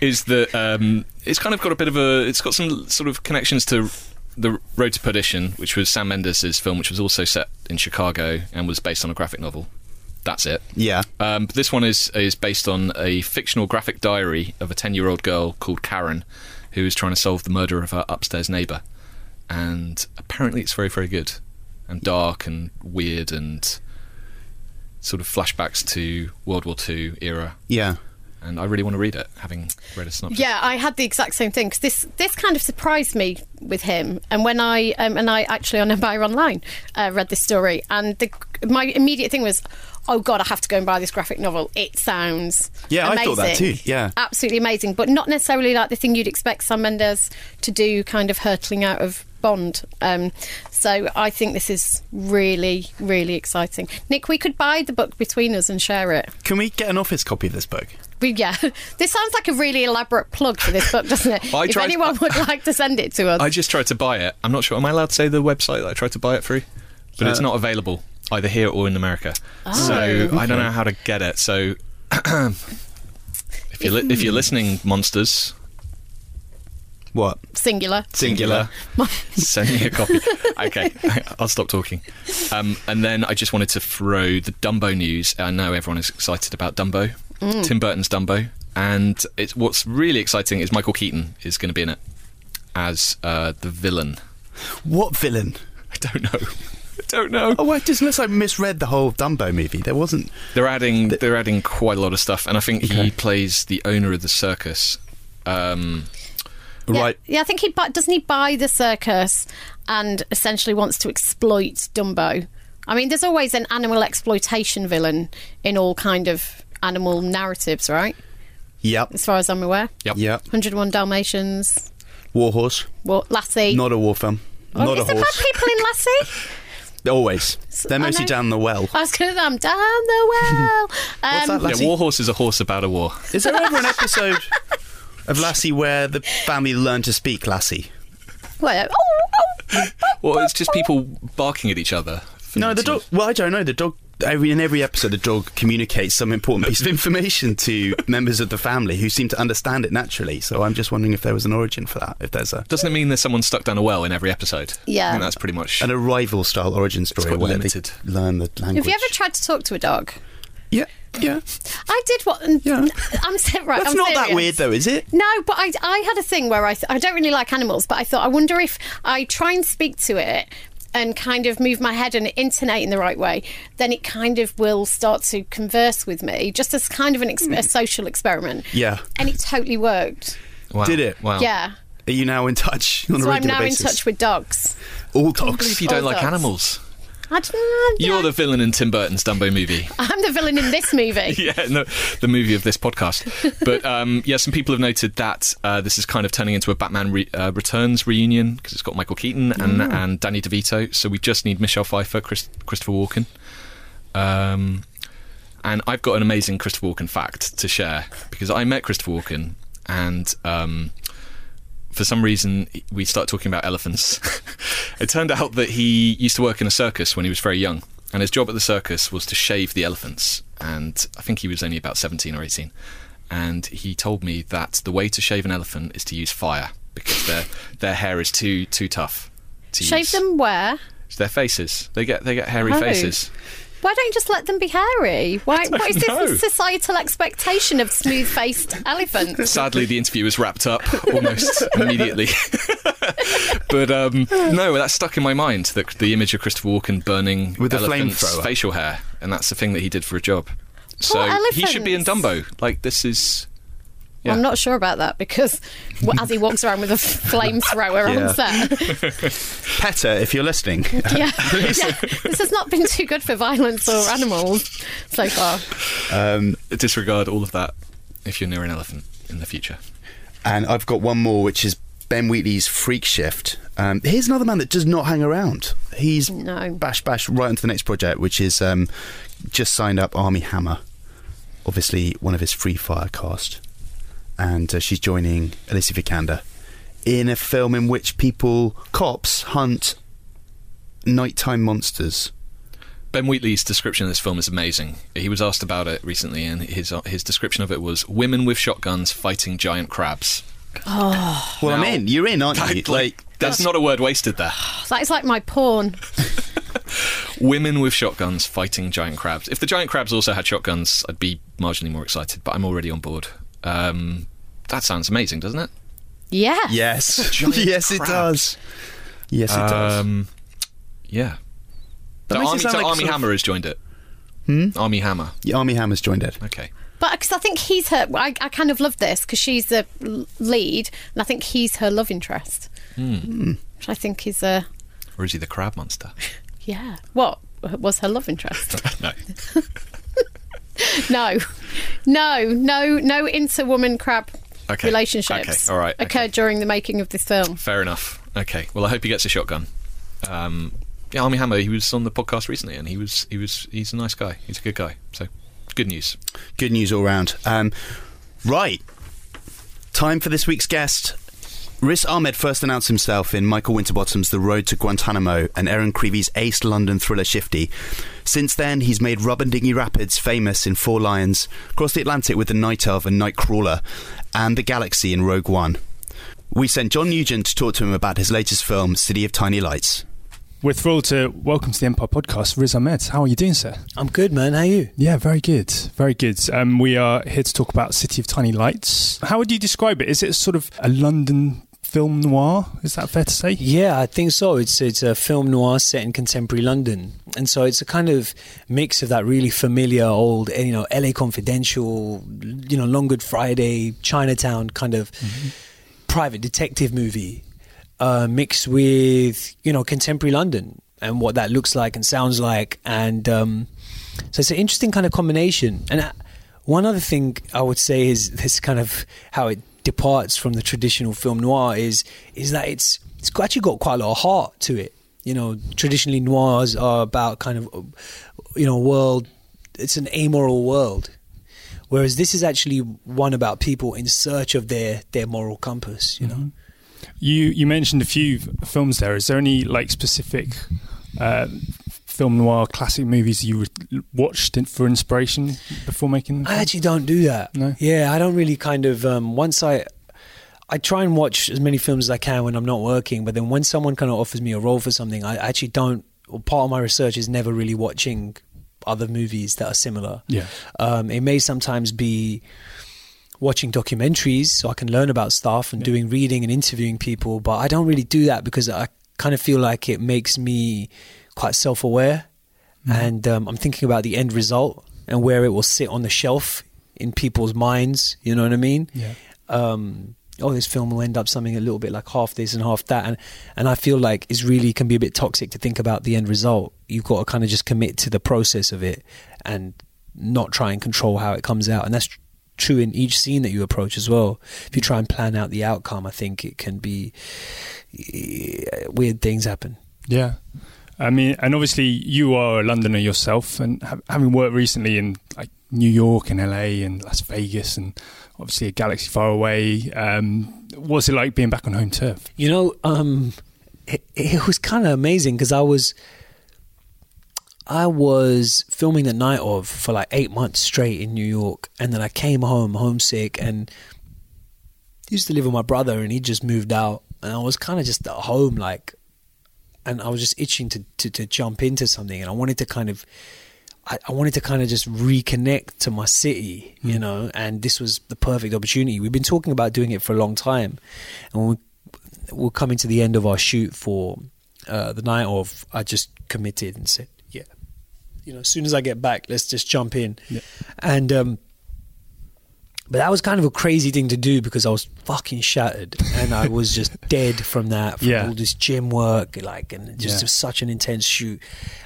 S3: is that um, it's kind of got a bit of a, it's got some sort of connections to the Road to Perdition, which was Sam Mendes' film, which was also set in Chicago and was based on a graphic novel. That's it.
S1: yeah.
S3: Um, but this one is is based on a fictional graphic diary of a ten year old girl called Karen, who is trying to solve the murder of her upstairs neighbour, and apparently it's very very good, and dark and weird and sort of flashbacks to World War Two era.
S1: Yeah.
S3: And I really want to read it, having read a synopsis.
S2: Yeah, I had the exact same thing because this this kind of surprised me with him. And when I um, and I actually on <laughs> Empire Online uh, read this story, and the, my immediate thing was, oh god, I have to go and buy this graphic novel. It sounds
S1: Yeah, I
S2: amazing.
S1: thought that too, yeah.
S2: absolutely amazing, but not necessarily like the thing you'd expect Sam Mendes to do, kind of hurtling out of Bond. Um, so I think this is really really exciting. Nick, we could buy the book between us and share it.
S1: Can we get an office copy of this book?
S2: We, yeah, <laughs> this sounds like a really elaborate plug for this book, doesn't
S1: <laughs>
S2: it?
S3: I
S2: if
S3: tried-
S2: anyone would like to send it to us,
S3: I just tried to buy it. I'm not sure. Am I allowed to say the website that I tried to buy it through? But it's
S1: Uh,
S3: not available either here or in America. so I don't know how to get it. So <clears throat> if you're li- if you're listening, monsters
S1: What?
S2: singular.
S1: Singular.
S3: send me a copy. okay, <laughs> I'll stop talking. Um, and then I just wanted to throw the Dumbo news. I know everyone is excited about Dumbo, Tim Burton's Dumbo, and it's what's really exciting is Michael Keaton is going to be in it as uh, the villain. <laughs>
S1: What villain?
S3: I don't know. I don't know.
S1: Oh, well, just unless I misread the whole Dumbo movie, there wasn't.
S3: They're adding they're adding quite a lot of stuff, and I think he plays the owner of the circus. Um,
S2: Yeah,
S1: Right.
S2: Yeah, I think he bu- doesn't he buy the circus and essentially wants to exploit Dumbo. I mean, there's always an animal exploitation villain in all kind of animal narratives, right?
S1: Yep.
S2: As far as I'm aware.
S3: Yep.
S1: Yep.
S2: 101 Dalmatians,
S1: Warhorse.
S2: War, Lassie.
S1: Not a war film. Not a
S2: Is there bad
S1: horse.
S2: people in Lassie?
S1: <laughs> Always. They're
S2: I
S1: mostly
S2: know.
S1: down the <laughs> well.
S2: I was going to I'm down the well.
S1: What's that,
S2: Um,
S1: Lassie?
S3: Yeah, Warhorse is a horse about a war.
S1: Is there ever an episode of Lassie where the family learn to speak Lassie?
S2: well, oh, oh.
S3: Well, it's just people barking at each other. for
S1: No,
S3: no
S1: the
S3: reason.
S1: dog. Well, I don't know. The dog. Every, in every episode, the dog communicates some important piece of information <laughs> to members of the family who seem to understand it naturally. So I'm just wondering if there was an origin for that. If there's a
S3: Doesn't it mean there's someone stuck down a well in every episode?
S2: Yeah.
S3: I think that's pretty much.
S1: an arrival style origin story
S3: quite
S1: where
S3: limited.
S1: they learn the language.
S2: Have you ever tried to talk to a dog?
S1: yeah, yeah.
S2: I did what. n-
S1: Yeah.
S2: n- I'm se- <laughs> right.
S1: That's
S2: I'm
S1: not that
S2: serious.
S1: weird though, is it?
S2: No, but I, I had a thing where I, th- I don't really like animals, but I thought, I wonder if I try and speak to it and kind of move my head and intonate in the right way, then it kind of will start to converse with me, just as kind of an ex- a social experiment.
S1: Hmm. Yeah.
S2: And it totally worked.
S3: wow.
S1: Did it?
S3: Wow.
S2: Yeah.
S1: Are you now in touch on
S2: So
S1: a
S2: I'm
S1: regular
S2: now
S1: basis?
S2: in touch with dogs.
S1: all
S3: I can't believe
S1: dogs.
S3: you don't
S2: All
S3: like
S2: dogs.
S3: animals.
S2: I don't know.
S3: You're the villain in Tim Burton's Dumbo movie.
S2: I'm the villain in this movie.
S1: <laughs>
S3: <laughs> yeah, no, the movie of this podcast. But um, yeah, some people have noted that uh, this is kind of turning into a Batman re- uh, Returns reunion because it's got Michael Keaton and, and Danny DeVito. So we just need Michelle Pfeiffer, Chris- Christopher Walken. Um, and I've got an amazing Christopher Walken fact to share because I met Christopher Walken and. Um, for some reason, we start talking about elephants. <laughs> it turned out that he used to work in a circus when he was very young, and his job at the circus was to shave the elephants. And I think he was only about 17 or 18. And he told me that the way to shave an elephant is to use fire because their their hair is too too tough. To
S2: Shave
S3: use.
S2: them where?
S3: It's their faces. They get they get hairy
S2: Oh.
S3: faces.
S2: Why don't you just let them be hairy? Why, what is
S3: know.
S2: this societal expectation of smooth faced elephants?
S3: Sadly, the interview was wrapped up <laughs> almost immediately. but um, no, that stuck in my mind that the image of Christopher Walken burning
S1: With the
S3: elephants'
S1: flamethrower.
S3: facial hair, and that's the thing that he did for a job. so he should be in Dumbo.
S2: elephants.
S3: Like this is Yeah.
S2: I'm not sure about that because well, as he walks around with a flamethrower
S1: Yeah.
S2: on set.
S1: Petter, if you're listening,
S2: <laughs> Yeah. yeah. This has not been too good for violence or animals so far.
S1: um,
S3: disregard all of that if you're near an elephant in the future.
S1: and I've got one more, which is Ben Wheatley's Freak Shift. Um, here's another man that does not hang around. He's
S2: No.
S1: bash bash right into the next project, which is um, just signed up Army Hammer, obviously one of his Free Fire cast, and uh, she's joining Alicia Vikander in a film in which people cops hunt nighttime monsters.
S3: Ben Wheatley's description of this film is amazing. He was asked about it recently, and his his description of it was women with shotguns fighting giant crabs.
S1: Well,
S3: Now-
S1: I'm in. You're in, aren't you?
S3: Like, that's not a word wasted there.
S2: That is like my porn.
S3: Women with shotguns fighting giant crabs. If the giant crabs also had shotguns, I'd be marginally more excited, but I'm already on board. Um, that sounds amazing, doesn't it?
S2: Yeah.
S3: <laughs>
S1: Yes. <laughs>
S3: Giant
S1: yes, it
S3: crabs.
S1: does. Yes, it does.
S3: Um, yeah.
S1: That
S3: So
S1: makes it
S3: Army,
S1: sound
S3: so
S1: like
S3: Army
S1: sort of-
S3: Hammer has joined it.
S1: Hmm?
S3: Army Hammer.
S1: Yeah, Army Hammer's joined it.
S3: Okay.
S2: But because I think he's her, I, I kind of love this because she's the l- lead and I think he's her love interest. Which I think is a,
S3: Or is he the crab monster? <laughs>
S2: yeah. What was her love interest?
S3: no.
S2: No, no, no, no inter-woman crab
S3: Okay.
S2: relationships
S3: Okay. All right. Okay.
S2: occurred during the making of this film.
S3: Fair enough. Okay. Well, I hope he gets a shotgun. Um, yeah, Army Hammer. He was on the podcast recently, and he was he was he's a nice guy. He's a good guy. So, good news.
S1: Good news all round. Um, right. Time for this week's guest. Riz Ahmed first announced himself in Michael Winterbottom's The Road to Guantanamo and Aaron Creevy's ace London thriller Shifty. Since then, he's made Rub and Dingy Rapids famous in Four Lions, crossed the Atlantic with The Night Elf and Nightcrawler, and The Galaxy in Rogue One. We sent John Nugent to talk to him about his latest film, City of Tiny Lights.
S4: We're thrilled to welcome to the Empire Podcast, Riz Ahmed. How are you doing, sir?
S5: I'm good, man. How are you?
S4: Yeah, very good, very good. Um, we are here to talk about City of Tiny Lights. How would you describe it? Is it sort of a London film noir? Is that fair to say?
S5: Yeah, I think so. It's it's a film noir set in contemporary London, and so it's a kind of mix of that really familiar old, eh, you know, L.A. Confidential, you know, Long Good Friday, Chinatown kind of private detective movie, uh, mixed with you know contemporary London and what that looks like and sounds like, and um, so it's an interesting kind of combination. And I, One other thing I would say is this kind of how it departs from the traditional film noir is is that it's it's actually got quite a lot of heart to it. You know, traditionally noirs are about kind of you know world. It's an amoral world, whereas this is actually one about people in search of their their moral compass. You know.
S4: You you mentioned a few f- films there. Is there any like specific uh, film noir classic movies you would- watched in- for inspiration before making? the
S5: I
S4: film?
S5: actually don't do that.
S4: No?
S5: Yeah, I don't really kind of um, once I I try and watch as many films as I can when I'm not working, but then when someone kind of offers me a role for something, I actually don't. Well, part of my research is never really watching other movies that are similar.
S4: Yeah.
S5: Um, it may sometimes be watching documentaries so I can learn about stuff and doing reading and interviewing people, but I don't really do that because I kind of feel like it makes me quite self aware. And um, I'm thinking about the end result and where it will sit on the shelf in people's minds. You know what I mean?
S4: Yeah.
S5: um, oh, this film will end up something a little bit like half this and half that, and and I feel like it's really can be a bit toxic to think about the end result. You've got to kind of just commit to the process of it and not try and control how it comes out, and that's tr- true in each scene that you approach as well. If you try and plan out the outcome, I think it can be eh, weird things happen.
S4: Yeah. I mean, and obviously you are a Londoner yourself, and ha- having worked recently in like New York and LA and Las Vegas, and obviously a galaxy far away. Um, what's it like being back on home turf?
S5: You know, um, it, it was kind of amazing because I was, I was filming the night of for like eight months straight in New York, and then I came home homesick and used to live with my brother, and he just moved out, and I was kind of just at home, like, and I was just itching to to, to jump into something, and I wanted to kind of. I I wanted to kind of just reconnect to my city, you know, and this was the perfect opportunity. We've been talking about doing it for a long time, and when we we're coming to the end of our shoot for uh, the night of. I just committed and said, yeah, you know, as soon as I get back, let's just jump in. And, um, but that was kind of a crazy thing to do because I was fucking shattered and I was just dead from that, from
S4: Yeah.
S5: all this gym work, like, and just
S4: Yeah.
S5: was such an intense shoot.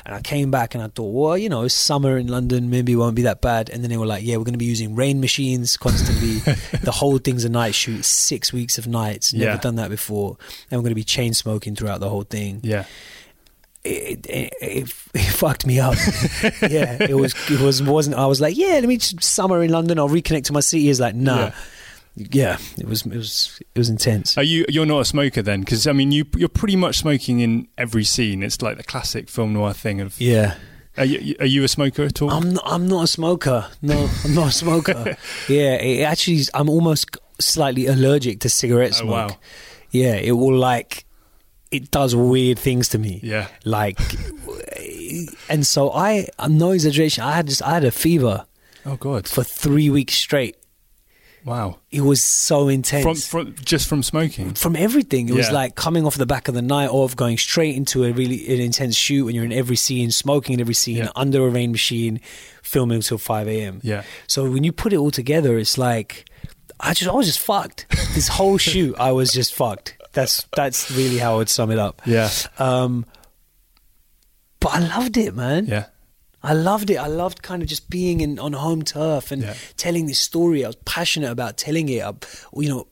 S5: And I came back and I thought, well, you know, it's summer in London, maybe it won't be that bad. And then they were like, yeah, we're going to be using rain
S4: <laughs>
S5: machines constantly. the whole thing's a night shoot, six weeks of nights, never
S4: Yeah.
S5: done that before. And we're going to be chain smoking throughout the whole thing
S4: Yeah.
S5: it, it, it, it fucked
S4: <laughs>
S5: me up. yeah, it was it was wasn't. I was like, yeah, let me just summer in London. I'll reconnect to my city. It's like, nah, yeah. it was it was it was intense.
S4: Are you? You're not a smoker then, because I mean, you you're pretty much smoking in every scene. It's like the classic film noir thing of.
S5: yeah,
S4: Are you, are you a smoker at all?
S5: I'm not, I'm not a smoker. No, I'm not a
S4: <laughs>
S5: smoker. yeah, it actually, I'm almost slightly allergic to cigarette
S4: Oh,
S5: smoke.
S4: wow.
S5: Yeah, it will like it does weird things to me.
S4: Yeah.
S5: like, and so I, no exaggeration. I had just I had a fever
S4: oh God!
S5: for three weeks straight.
S4: Wow.
S5: it was so intense
S4: From
S5: from,
S4: from just from smoking.
S5: everything it was
S4: Yeah.
S5: like coming off the back of the night of going straight into a really an intense shoot and you're in every scene smoking in every scene
S4: Yeah.
S5: under a rain machine filming until 5 a.m
S4: Yeah.
S5: so when you put it all together it's like i just i was just fucked
S4: <laughs>
S5: this whole shoot i was just fucked that's that's really how i would sum it up
S4: Yeah.
S5: um but i loved it man
S4: Yeah.
S5: I loved it. I loved kind of just being in on home turf and
S4: Yeah.
S5: telling this story. I was passionate about telling it. I, you know,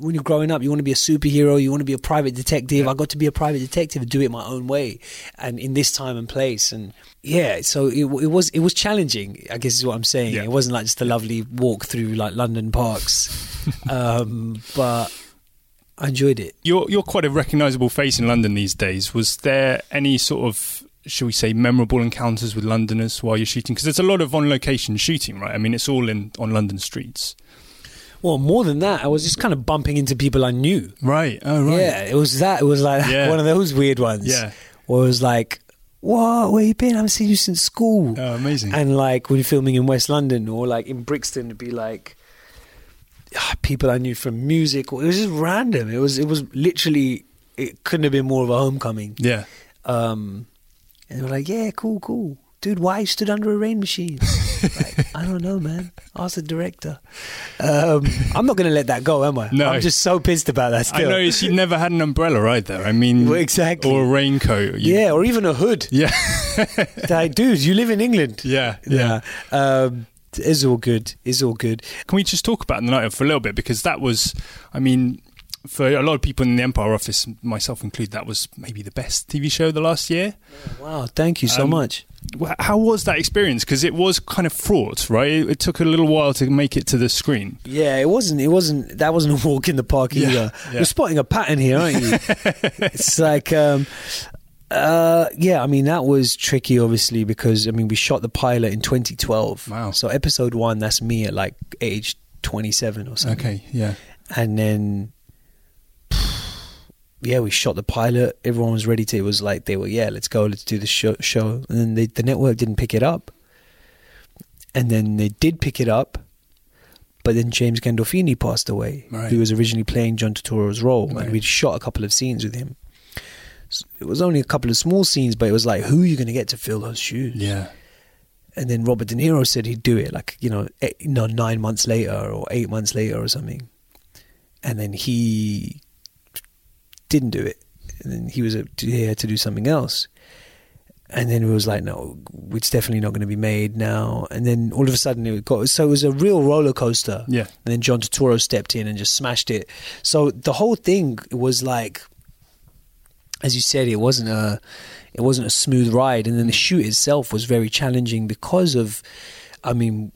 S5: when you're growing up, you want to be a superhero. You want to be a private detective. I got to be a private detective and do it my own way, and in this time and place. And yeah, so it, w- it was it was challenging. I guess is what I'm saying.
S4: Yeah.
S5: It wasn't like just a lovely walk through like
S4: <laughs>
S5: London parks, um, but I enjoyed it.
S4: You're you're quite a recognisable face in London these days. Was there any sort of shall we say memorable encounters with Londoners while you're shooting? Because there's a lot of on location shooting, right? I mean, it's all in on London streets.
S5: Well, more than that, I was just kind of bumping into people I knew.
S4: Right. Oh
S5: Yeah, it was that. It was like <laughs>
S4: Yeah.
S5: one of those weird ones.
S4: Yeah.
S5: Where it was like, what? Where you been? I haven't seen you since school.
S4: Oh, amazing.
S5: And like when you're filming in West London or like in Brixton, it'd be like ah, people I knew from music. Or, it was just random. It was, it was literally, it couldn't have been more of a homecoming.
S4: yeah.
S5: Um, and they were like, yeah, cool, cool. Dude, why you stood under a rain
S4: <laughs>
S5: machine? like, I don't know, man. Ask the director. Um, I'm not going to let that go, am I?
S4: No.
S5: I'm just so pissed about that
S4: I
S5: still.
S4: know she never had an umbrella either. I mean,
S5: Well, exactly.
S4: or a raincoat. You-
S5: yeah, or even a hood.
S4: <laughs> yeah,
S5: Like, dude, you live in England.
S4: yeah, yeah.
S5: Um, It's all good. It's all good.
S4: Can we just talk about the night of for a little bit because that was, I mean, for a lot of people in the Empire office, myself included, that was maybe the best TV show of the last year.
S5: Wow, thank you so
S4: Um,
S5: much.
S4: Wh- How was that experience? Because it was kind of fraught, right? It, it took a little while to make it to the screen.
S5: Yeah, it wasn't. It wasn't. That wasn't a <laughs> walk in the park
S4: Yeah,
S5: either.
S4: yeah.
S5: You're spotting a pattern here, aren't
S4: <laughs>
S5: you? it's like, um, uh, yeah. I mean, that was tricky, obviously, because I mean, we shot the pilot in 2012.
S4: Wow.
S5: So episode one, that's me at like age 27 or something.
S4: Okay, yeah.
S5: and then <sighs> yeah we shot the pilot everyone was ready to it was like they were yeah let's go let's do the show, show. and then they, the network didn't pick it up and then they did pick it up but then James Gandolfini passed away
S4: Right.
S5: who was originally playing John Turturro's role
S4: Right.
S5: and we'd shot a couple of scenes with him So it was only a couple of small scenes but it was like who are you going to get to fill those shoes
S4: Yeah.
S5: and then Robert De Niro said he'd do it like you know eight, you know, nine months later or eight months later or something, and then he didn't do it, and then he was uh, he had to do something else, and then it was like no, it's definitely not going to be made now, and then all of a sudden it got so it was a real roller coaster,
S4: Yeah.
S5: And then John Turturro stepped in and just smashed it, so the whole thing was like as you said, it wasn't a it wasn't a smooth ride, and then the shoot itself was very challenging because of, I mean,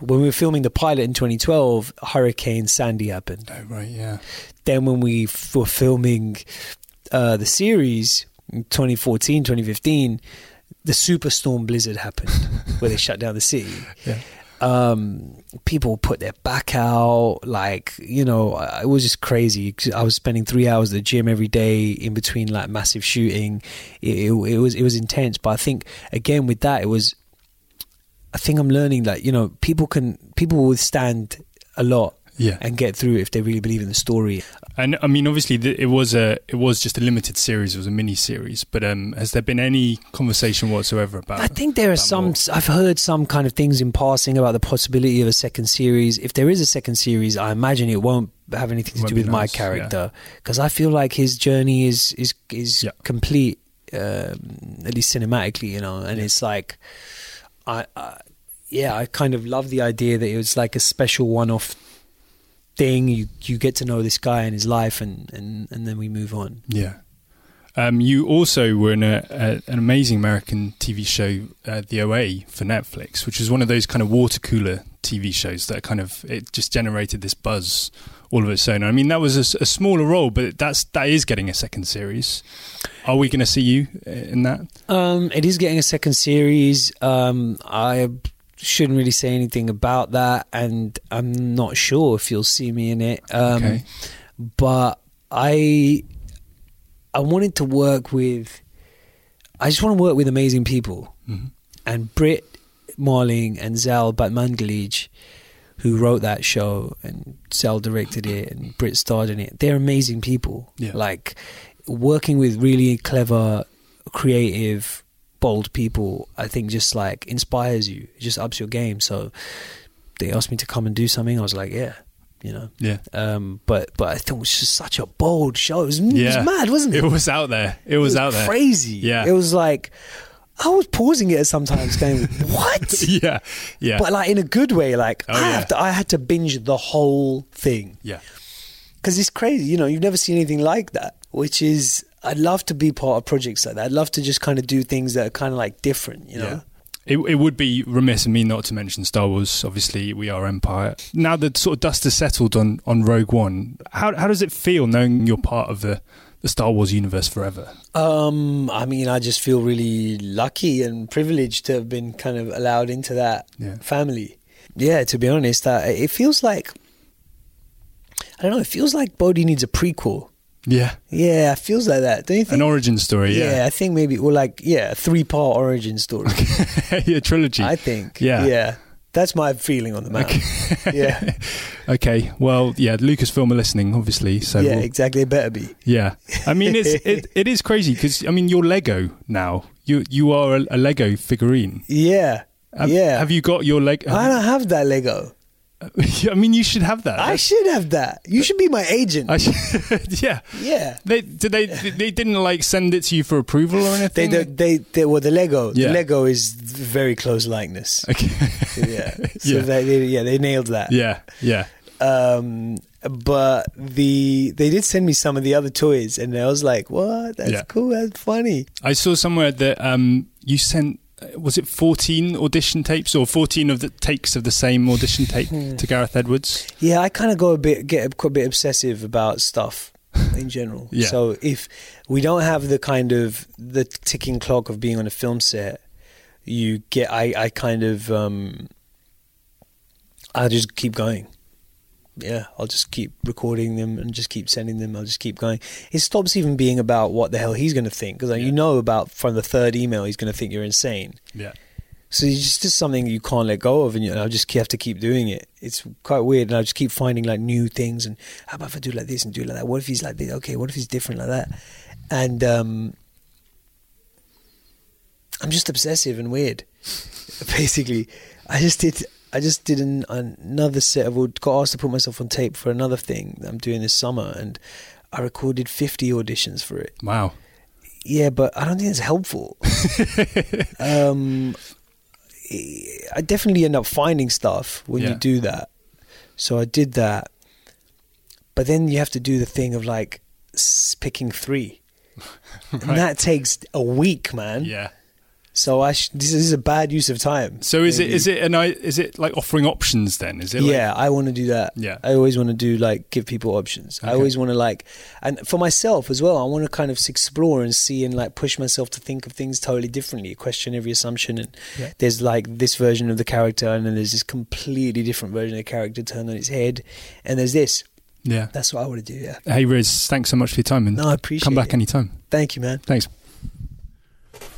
S5: when we were filming the pilot in 2012, Hurricane Sandy happened.
S4: Oh, right, yeah.
S5: Then when we f- were filming uh, the series in 2014, 2015, the superstorm blizzard happened, where they shut down the city
S4: Yeah.
S5: um, people put their back out. Like, you know, I- it was just crazy. 'Cause I was spending three hours at the gym every day in between like massive shooting. It, it, it was it was intense. But I think again with that, it was. I think I'm learning that you know people can people will withstand a lot
S4: Yeah.
S5: and get through it if they really believe in the story.
S4: And I mean, obviously, th- it was a it was just a limited series. It was a mini series. But um, has there been any conversation whatsoever about?
S5: I think there are
S4: about
S5: some.
S4: more?
S5: I've heard some kind of things in passing about the possibility of a second series. If there is a second series, I imagine it won't have anything to
S4: Won't
S5: do
S4: be
S5: with my
S4: nice,
S5: character because I feel like his journey is is is
S4: Yeah.
S5: complete, um, at least cinematically, you know. And it's like, I, I, yeah, I kind of love the idea that it was like a special one-off thing. You you get to know this guy and his life, and and and then we move on.
S4: Yeah. Um, you also were in a, a, an amazing American TV show, uh, The OA, for Netflix, which was one of those kind of water cooler TV shows that kind of it just generated this buzz all of its own. I mean, that was a s- a, smaller role, but that's that is getting a second series. Are we going to see you uh, in that?
S5: Um, it is getting a second series. Um, I shouldn't really say anything about that, and I'm not sure if you'll see me in it. Um,
S4: Okay.
S5: But I, I wanted to work with. I just want to work with amazing people, and Britt Marling and Zal Batmangalij, who wrote that show, and Zal directed it, and Britt starred in it. They're amazing people.
S4: Yeah.
S5: Like working with really clever creative, bold people, I think just like inspires you, it just ups your game. So they asked me to come and do something. I was like, yeah, you know.
S4: Yeah.
S5: Um, but but I thought it was just such a bold show. It was, it was
S4: Yeah.
S5: mad, wasn't it?
S4: It was out there. It was,
S5: It
S4: out there.
S5: Crazy.
S4: Yeah.
S5: It was like I was pausing it sometimes,
S4: <laughs>
S5: going, what?
S4: <laughs> yeah. Yeah.
S5: But like in a good way, like
S4: Oh,
S5: I,
S4: yeah.
S5: have to, I had to binge the whole thing
S4: yeah.
S5: because it's crazy. You know, you've never seen anything like that, which is, I'd love to be part of projects like that. I'd love to just kind of do things that are kind of like different, you know?
S4: Yeah. It, it would be remiss of me not to mention Star Wars. Obviously, we are Empire. Now that sort of dust has settled on, on Rogue One, how, how does it feel knowing you're part of the, the Star Wars universe forever?
S5: Um, I mean, I just feel really lucky and privileged to have been kind of allowed into that
S4: Yeah.
S5: family. Yeah, to be honest, I, it feels like, I don't know, it feels like Bodhi needs a prequel.
S4: Yeah.
S5: Yeah, it feels like that, don't you think?
S4: An origin story, yeah.
S5: I think maybe, or like, yeah, a three part
S4: <laughs>
S5: origin story.
S4: Yeah, trilogy.
S5: I think.
S4: Yeah.
S5: Yeah. That's my feeling on the matter.
S4: <laughs>
S5: Yeah.
S4: okay, well, yeah, Lucasfilm are listening, obviously. So
S5: yeah,
S4: we'll-
S5: exactly. It better be.
S4: yeah. I mean, it's,
S5: <laughs>
S4: it, it is crazy because, I mean, you're Lego now. You you are a, a Lego figurine.
S5: Yeah.
S4: Have,
S5: yeah.
S4: Have you got your Lego?
S5: I don't have that Lego.
S4: <laughs> I mean, you should have that.
S5: I should have that. You should be my agent.
S4: I should, <laughs> yeah. <laughs>
S5: yeah.
S4: They did they they didn't like send it to you for approval or
S5: They,
S4: anything.
S5: they, they, they, well, the Lego,
S4: Yeah.
S5: the Lego is very
S4: <laughs>
S5: close likeness.
S4: Okay.
S5: Yeah. So
S4: Yeah.
S5: They, they, yeah, they nailed that.
S4: yeah, yeah.
S5: Um, but the they did send me some of the other toys, and I was like, "What? That's
S4: Yeah.
S5: cool. That's funny."
S4: I saw somewhere that um, you sent uh, was it 14 audition tapes or 14 of the takes of the same audition tape
S5: Hmm.
S4: to Gareth Edwards?
S5: Yeah, I kind of go a bit get a, a bit obsessive about stuff in general.
S4: Yeah.
S5: So if we don't have the kind of the ticking clock of being on a film set, you get I I kind of um I just keep going. Yeah, I'll just keep recording them and just keep sending them. I'll just keep going. It stops even being about what the hell he's going to think because like, you know about from the third email he's going to think you're insane.
S4: Yeah.
S5: So it's just just something you can't let go of, and you know, I just have to keep doing it. It's quite weird, and I just keep finding like new things. And how about if I do like this and do like that? What if he's like this? Okay, what if he's different like that? And um, I'm just obsessive and weird. <laughs> Basically, I just did. I just did an, another set of. Got asked to put myself on tape for another thing that I'm doing this summer, and I recorded 50 auditions for it.
S4: Wow.
S5: Yeah, but I don't think it's
S4: <laughs>
S5: helpful. um, I definitely end up finding stuff when
S4: Yeah.
S5: you do that. So I did that, but then you have to do the thing of like s-
S4: <laughs>
S5: picking three, and that takes a week, man.
S4: Yeah.
S5: So I sh- this is a bad use of time.
S4: So is it
S5: Maybe.
S4: is it an I is it like offering options then? Is it like,
S5: yeah, I want to do that.
S4: Yeah.
S5: I always want to do like give people options. I
S4: Okay.
S5: always want to like, and for myself as well, I want to kind of explore and see and like push myself to think of things totally differently, question every assumption. And
S4: Yeah.
S5: there's like this version of the character, and then there's this completely different version of the character turned on its head, and there's this.
S4: yeah.
S5: That's what I want to do. Yeah.
S4: Hey Riz, thanks so much for your time and
S5: No, I appreciate.
S4: come back
S5: it.
S4: anytime.
S5: Thank you, man.
S4: Thanks.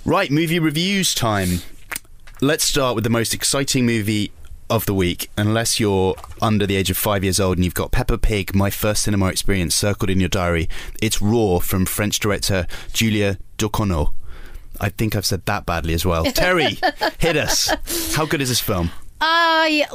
S1: Right, movie reviews time. Let's start with the most exciting movie of the week, unless you're under the age of five years old and you've got Peppa Pig, My First Cinema Experience, circled in your diary. It's Raw from French director Julia Ducournau. I think I've said that badly as
S2: <laughs>
S1: well. Terry, hit us. How good is this film?
S2: I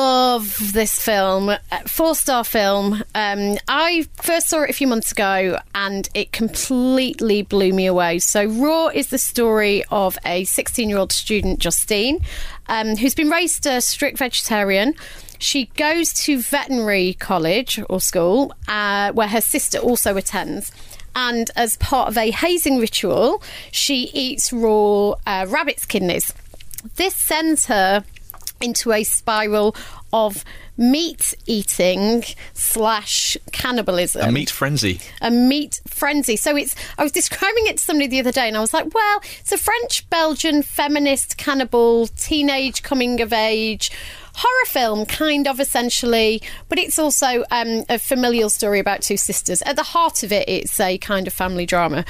S2: love this film, four star film. Um, I first saw it a few months ago and it completely blew me away. So, Raw is the story of a 16 year old student, Justine, um, who's been raised a strict vegetarian. She goes to veterinary college or school, uh, where her sister also attends. And as part of a hazing ritual, she eats raw uh, rabbit's kidneys. This sends her into a spiral of meat eating slash cannibalism
S3: A meat frenzy.
S2: a meat frenzy. So it's I was describing it to somebody the other day and I was like, well, it's a French Belgian feminist cannibal teenage coming of age horror film kind of essentially but it's also um, a familial story about two sisters at the heart of it it's a kind of family drama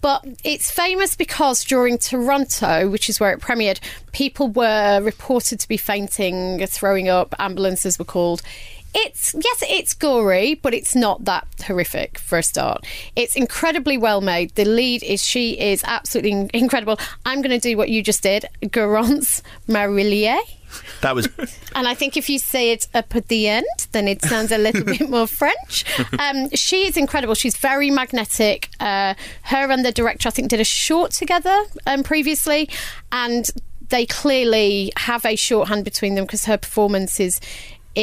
S2: but it's famous because during Toronto, which is where it premiered, people were reported to be fainting, throwing up, ambulances were called. It's, yes, it's gory, but it's not that horrific for a start. It's incredibly well made. The lead is, she is absolutely in- incredible. I'm going to do what you just did Garance Marillier.
S1: That was
S2: And I think if you say it up at the end, then it sounds a little bit more French. Um, she is incredible. She's very magnetic. Uh, her and the director, I think, did a short together um, previously, and they clearly have a shorthand between them because her performance is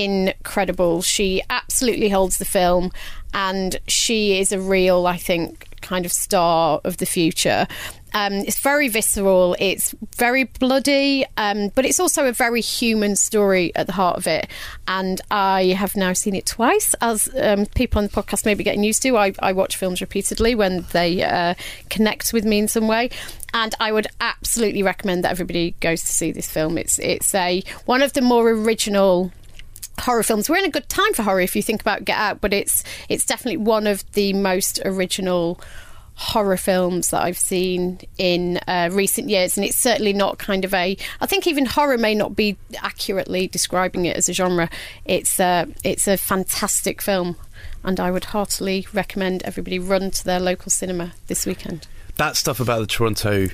S2: incredible. She absolutely holds the film, and she is a real, I think, kind of star of the future. Um, it's very visceral. It's very bloody, um, but it's also a very human story at the heart of it. And I have now seen it twice, as um, people on the podcast may be getting used to. I, I watch films repeatedly when they uh, connect with me in some way, and I would absolutely recommend that everybody goes to see this film. It's it's a one of the more original horror films. We're in a good time for horror if you think about Get Out, but it's it's definitely one of the most original horror films that I've seen in uh, recent years, and it's certainly not kind of a. I think even horror may not be accurately describing it as a genre. It's a it's a fantastic film, and I would heartily recommend everybody run to their local cinema this weekend.
S1: that stuff about the Toronto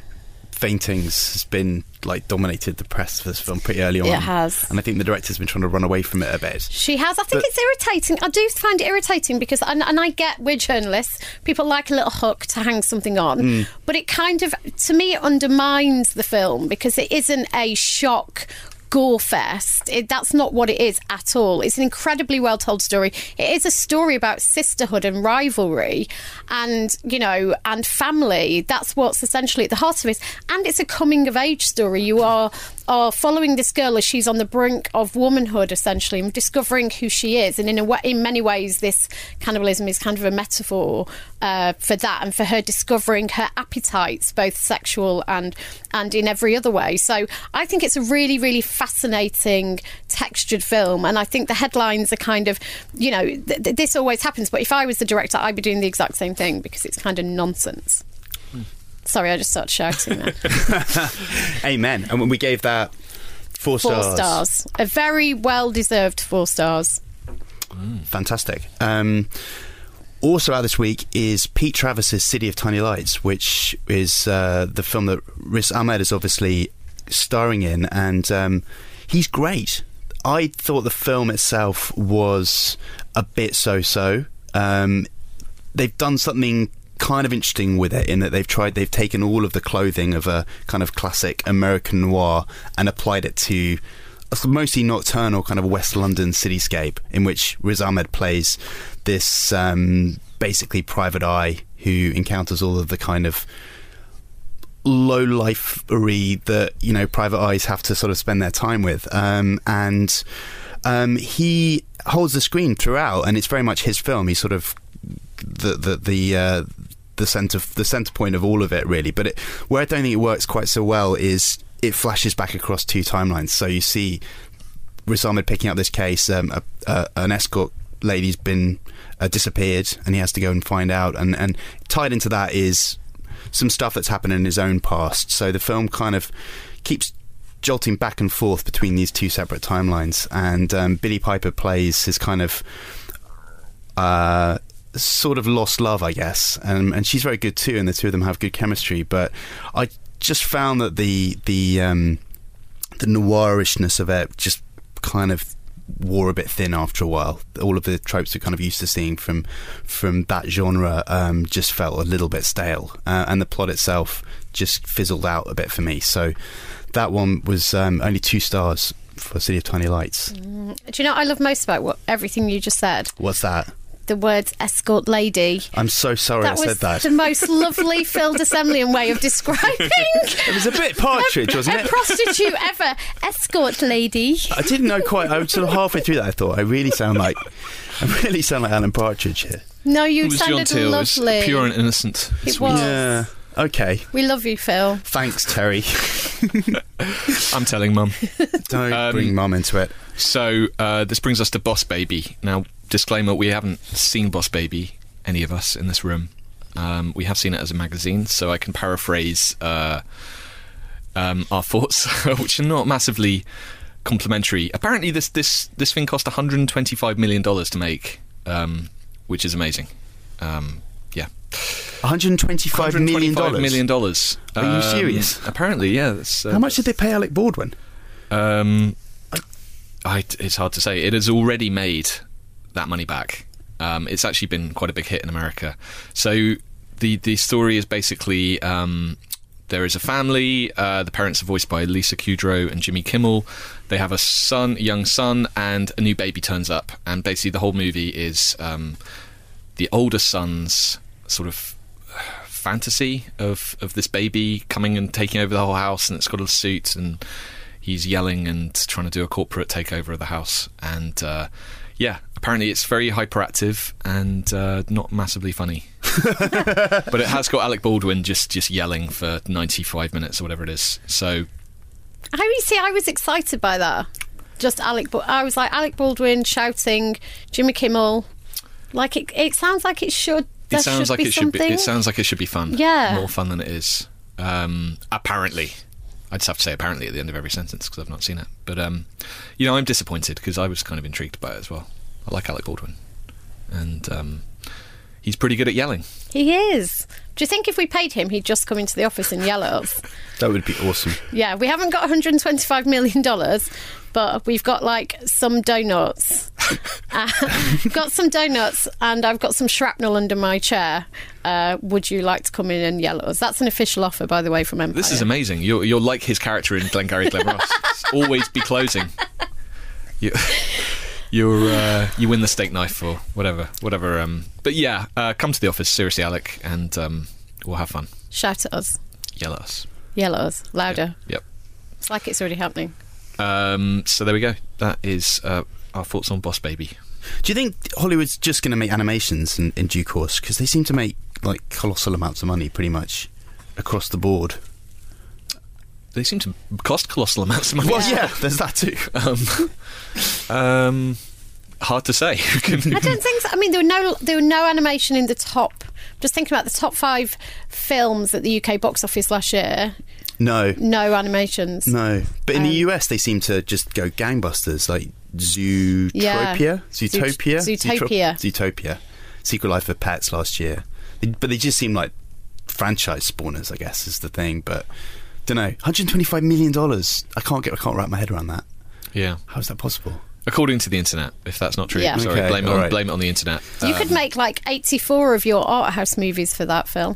S1: faintings has been like dominated the press for this film pretty early on.
S2: It has.
S1: and I think the director's been trying to run away from it a bit.
S2: She has. I think
S1: But-
S2: it's irritating. I do find it irritating because, and, and I get we're journalists, people like a little hook to hang something on, but it kind of, to me, it undermines the film because it isn't a shock. Gore fest. It, that's not what it is at all. It's an incredibly well told story. It is a story about sisterhood and rivalry, and you know, and family. That's what's essentially at the heart of it. And it's a coming of age story. You are are following this girl as she's on the brink of womanhood, essentially, and discovering who she is. And in a way, in many ways, this cannibalism is kind of a metaphor uh, for that, and for her discovering her appetites, both sexual and and in every other way. So I think it's a really, really fascinating textured film, and I think the headlines are kind of, you know, th- th- this always happens. But if I was the director, I'd be doing the exact same thing because it's kind of nonsense. Sorry, I just started shouting there.
S1: Amen. And when we gave that four,
S2: Four
S1: stars,
S2: stars. A very well deserved four stars.
S1: fantastic. Um, also out this week is Pete Travis's City of Tiny Lights, which is uh, the film that Riz Ahmed is obviously starring in, and um, he's great. I thought the film itself was a bit so-so. Um, they've done something kind of interesting with it in that they've tried they've taken all of the clothing of a kind of classic American noir and applied it to a mostly nocturnal kind of West London cityscape in which Riz Ahmed plays this um, basically private eye who encounters all of the kind of low lifery that you know private eyes have to sort of spend their time with um, and um, he holds the screen throughout and it's very much his film he's sort of the the the uh, the center the center point of all of it really but it, where I don't think it works quite so well is it flashes back across two timelines so you see Riz Ahmed picking up this case. Um, a, a, an escort lady's been uh, disappeared, and he has to go and find out. And, and tied into that is some stuff that's happened in his own past. So the film kind of keeps jolting back and forth between these two separate timelines. And um, Billy Piper plays his kind of uh, sort of lost love, I guess. Um, and she's very good too, and the two of them have good chemistry. But I just found that the the um, the noirishness of it just kind of wore a bit thin after a while. All of the tropes we're kind of used to seeing from from that genre um, just felt a little bit stale, uh, and the plot itself just fizzled out a bit for me. So that one was um, only two stars for City of Tiny Lights.
S2: Mm. Do you know what I love most about what everything you just said?
S1: What's that?
S2: The words escort lady.
S1: I'm so
S3: Oh,
S1: sorry I
S2: That
S1: said
S2: was
S1: that.
S2: <laughs> the most lovely Phil Dissemblian way of
S3: <laughs>
S2: describing
S1: It was a
S2: <laughs>
S1: bit partridge, wasn't
S2: a
S1: it?
S2: prostitute ever. Escort lady.
S1: I didn't know quite. I was sort of halfway through that. I thought I really sound like <laughs> I really sound like Alan Partridge here.
S2: No, you
S3: It was
S2: sounded
S3: genteel. It was
S2: lovely.
S3: pure and innocent.
S2: It was.
S1: Yeah. Okay.
S2: We love you, Phil.
S1: Thanks, Terry.
S3: I'm
S2: <laughs>
S3: telling mum.
S1: Don't
S3: Um,
S1: bring mum into it.
S3: So uh, this brings us to Boss Baby. Now, disclaimer: we haven't seen Boss Baby, any of us in this room. Um, we have seen it as a magazine, so I can paraphrase uh, um, our thoughts, <laughs> which are not massively complimentary. Apparently, this this this thing cost 125 million dollars to make, um, which is amazing. Um, yeah,
S1: 125 million dollars.
S3: million dollars. Um,
S1: Are you serious?
S3: Apparently, yeah. That's, uh,
S1: How much did they pay Alec Baldwin?
S3: um, I, it's hard to say. It has already made that money back. Um, it's actually been quite a big hit in America. So the the story is basically um, there is a family. Uh, the parents are voiced by Lisa Kudrow and Jimmy Kimmel. They have a son, a young son, and a new baby turns up. And basically, the whole movie is um, the older son's sort of fantasy of of this baby coming and taking over the whole house and it's got a suit and he's yelling and trying to do a corporate takeover of the house and uh yeah apparently it's very hyperactive and uh not massively funny <laughs> but it has got alec baldwin just just yelling for 95 minutes or whatever it is so
S2: I you see, I was excited by that. Just Alec, Bal- I was like Alec Baldwin shouting, Jimmy Kimmel. Like it, it sounds like it should.
S3: it
S2: there
S3: sounds
S2: should
S3: like
S2: be
S3: it should
S2: something.
S3: be it sounds like it should be fun
S2: Yeah.
S3: more fun than it is um apparently i just have to say apparently at the end of every sentence because i've not seen it but um you know i'm disappointed because i was kind of intrigued by it as well i like alec baldwin and um he's pretty good at yelling.
S2: He is. Do you think if we paid him, he'd just come into the office and yell at us?
S1: That would be awesome.
S2: Yeah, we haven't got 125 million dollars, but we've got like some donuts. uh, we've got some donuts, and I've got some shrapnel under my chair. Uh, would you like to come in and yell at us? That's an official offer, by the way, from Empire.
S3: This is amazing. You're, you're like his character in Glengarry
S2: <laughs>
S3: Glen Ross. It's always be closing. You, you're uh, you win the steak knife or whatever, whatever. Um, but yeah, uh, come to the office seriously, Alec, and um, we'll have fun.
S2: Shout at us,
S3: Yell at us.
S2: yell at us, louder.
S3: Yep.
S2: It's like it's already happening.
S3: Um, so there we go. That is uh, our thoughts on Boss Baby.
S1: Do you think Hollywood's just going to make animations in, in due course? Because they seem to make like colossal amounts of money pretty much across the board.
S3: They seem to cost colossal amounts of money.
S1: <laughs> Well, yeah, there's that too.
S3: <laughs> Um, um, hard to say. <laughs> Who can-
S2: I <laughs> don't think so. I mean, there were no there were no animation in the top. Just thinking about the top five films at the UK box office last year.
S1: No,
S2: No animations.
S1: no. But
S2: Um,
S1: in the US, they seem to just go gangbusters, like Zootropia,
S2: Yeah.
S1: Zootopia,
S2: Zoot- Zootopia.
S1: Zootrop- Zootopia, Secret Life of Pets last year. They- But they just seem like franchise spawners, I guess, is the thing. But don't know, 125 million dollars. I can't get, I can't wrap my head around that.
S3: yeah.
S1: How is that possible?
S3: According to the internet, if that's not true,
S2: Yeah.
S3: sorry,
S1: Okay,
S3: blame it on,
S1: alright.
S3: blame it on
S1: <laughs>
S3: the internet.
S2: You
S1: Um,
S2: could make like 84 of your art house movies for that, Phil.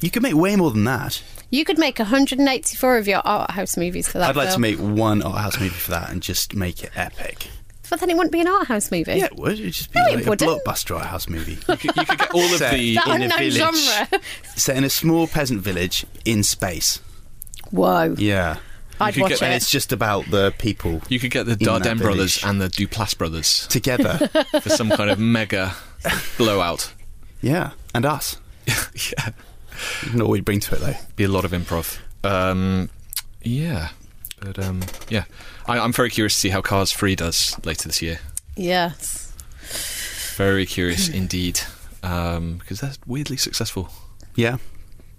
S1: You could make way more than that.
S2: You could make 184 of your art house movies for that.
S1: I'd like
S2: Phil.
S1: to make one art house movie for that and just make it epic.
S2: But then it wouldn't be an art house movie.
S1: Yeah, it would. It'd just be
S2: No, it
S1: like a
S2: wouldn't.
S1: blockbuster art house
S2: <laughs>
S1: movie.
S3: You could, you could get all of
S1: Set
S3: the.
S2: That
S1: in a
S2: unknown
S1: village.
S2: genre. <laughs>
S1: Set in a small peasant village in space.
S2: Whoa.
S1: Yeah.
S2: I'd
S3: could
S2: watch it.
S3: get-
S1: And it's just about the people
S3: You could get the
S1: In that
S3: Dardenne brothers
S1: village.
S3: and the Duplass brothers
S1: together.
S3: for some kind
S1: <laughs>
S3: of mega blowout.
S1: yeah. And us.
S3: yeah,
S1: You know what we'd bring to it, though.
S3: be a lot of improv. Um, yeah, but um, yeah, I, I'm very curious to see how Cars Free does later this year.
S2: Yes.
S3: Very curious indeed, because they're weirdly successful.
S1: Yeah.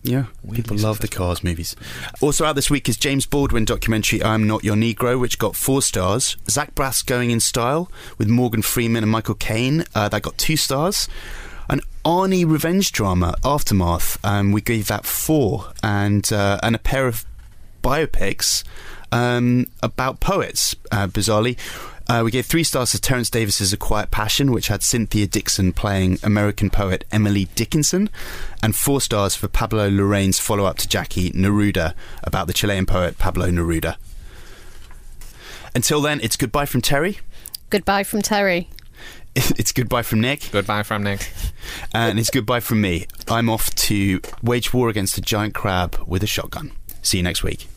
S1: Yeah.
S3: Weirdly
S1: People love the Cars movies. Also out this week is James Baldwin documentary I'm Not Your Negro, which got four stars. Zach Braff going in style with Morgan Freeman and Michael Caine. Uh, that got two stars. An Arnie revenge drama, Aftermath. Um, we gave that four. And, uh, and a pair of biopics um, about poets, uh, bizarrely. Uh, we gave three stars to Terence Davis's A Quiet Passion, which had Cynthia Dixon playing American poet Emily Dickinson, and four stars for Pablo Lorraine's follow up to Jackie Neruda about the Chilean poet Pablo Neruda. Until then, it's goodbye from Terry, <laughs>
S2: Goodbye from Terry.
S1: it's goodbye from Nick,
S3: Goodbye from Nick.
S1: and it's goodbye from me. I'm off to wage war against a giant crab with a shotgun. See you next week.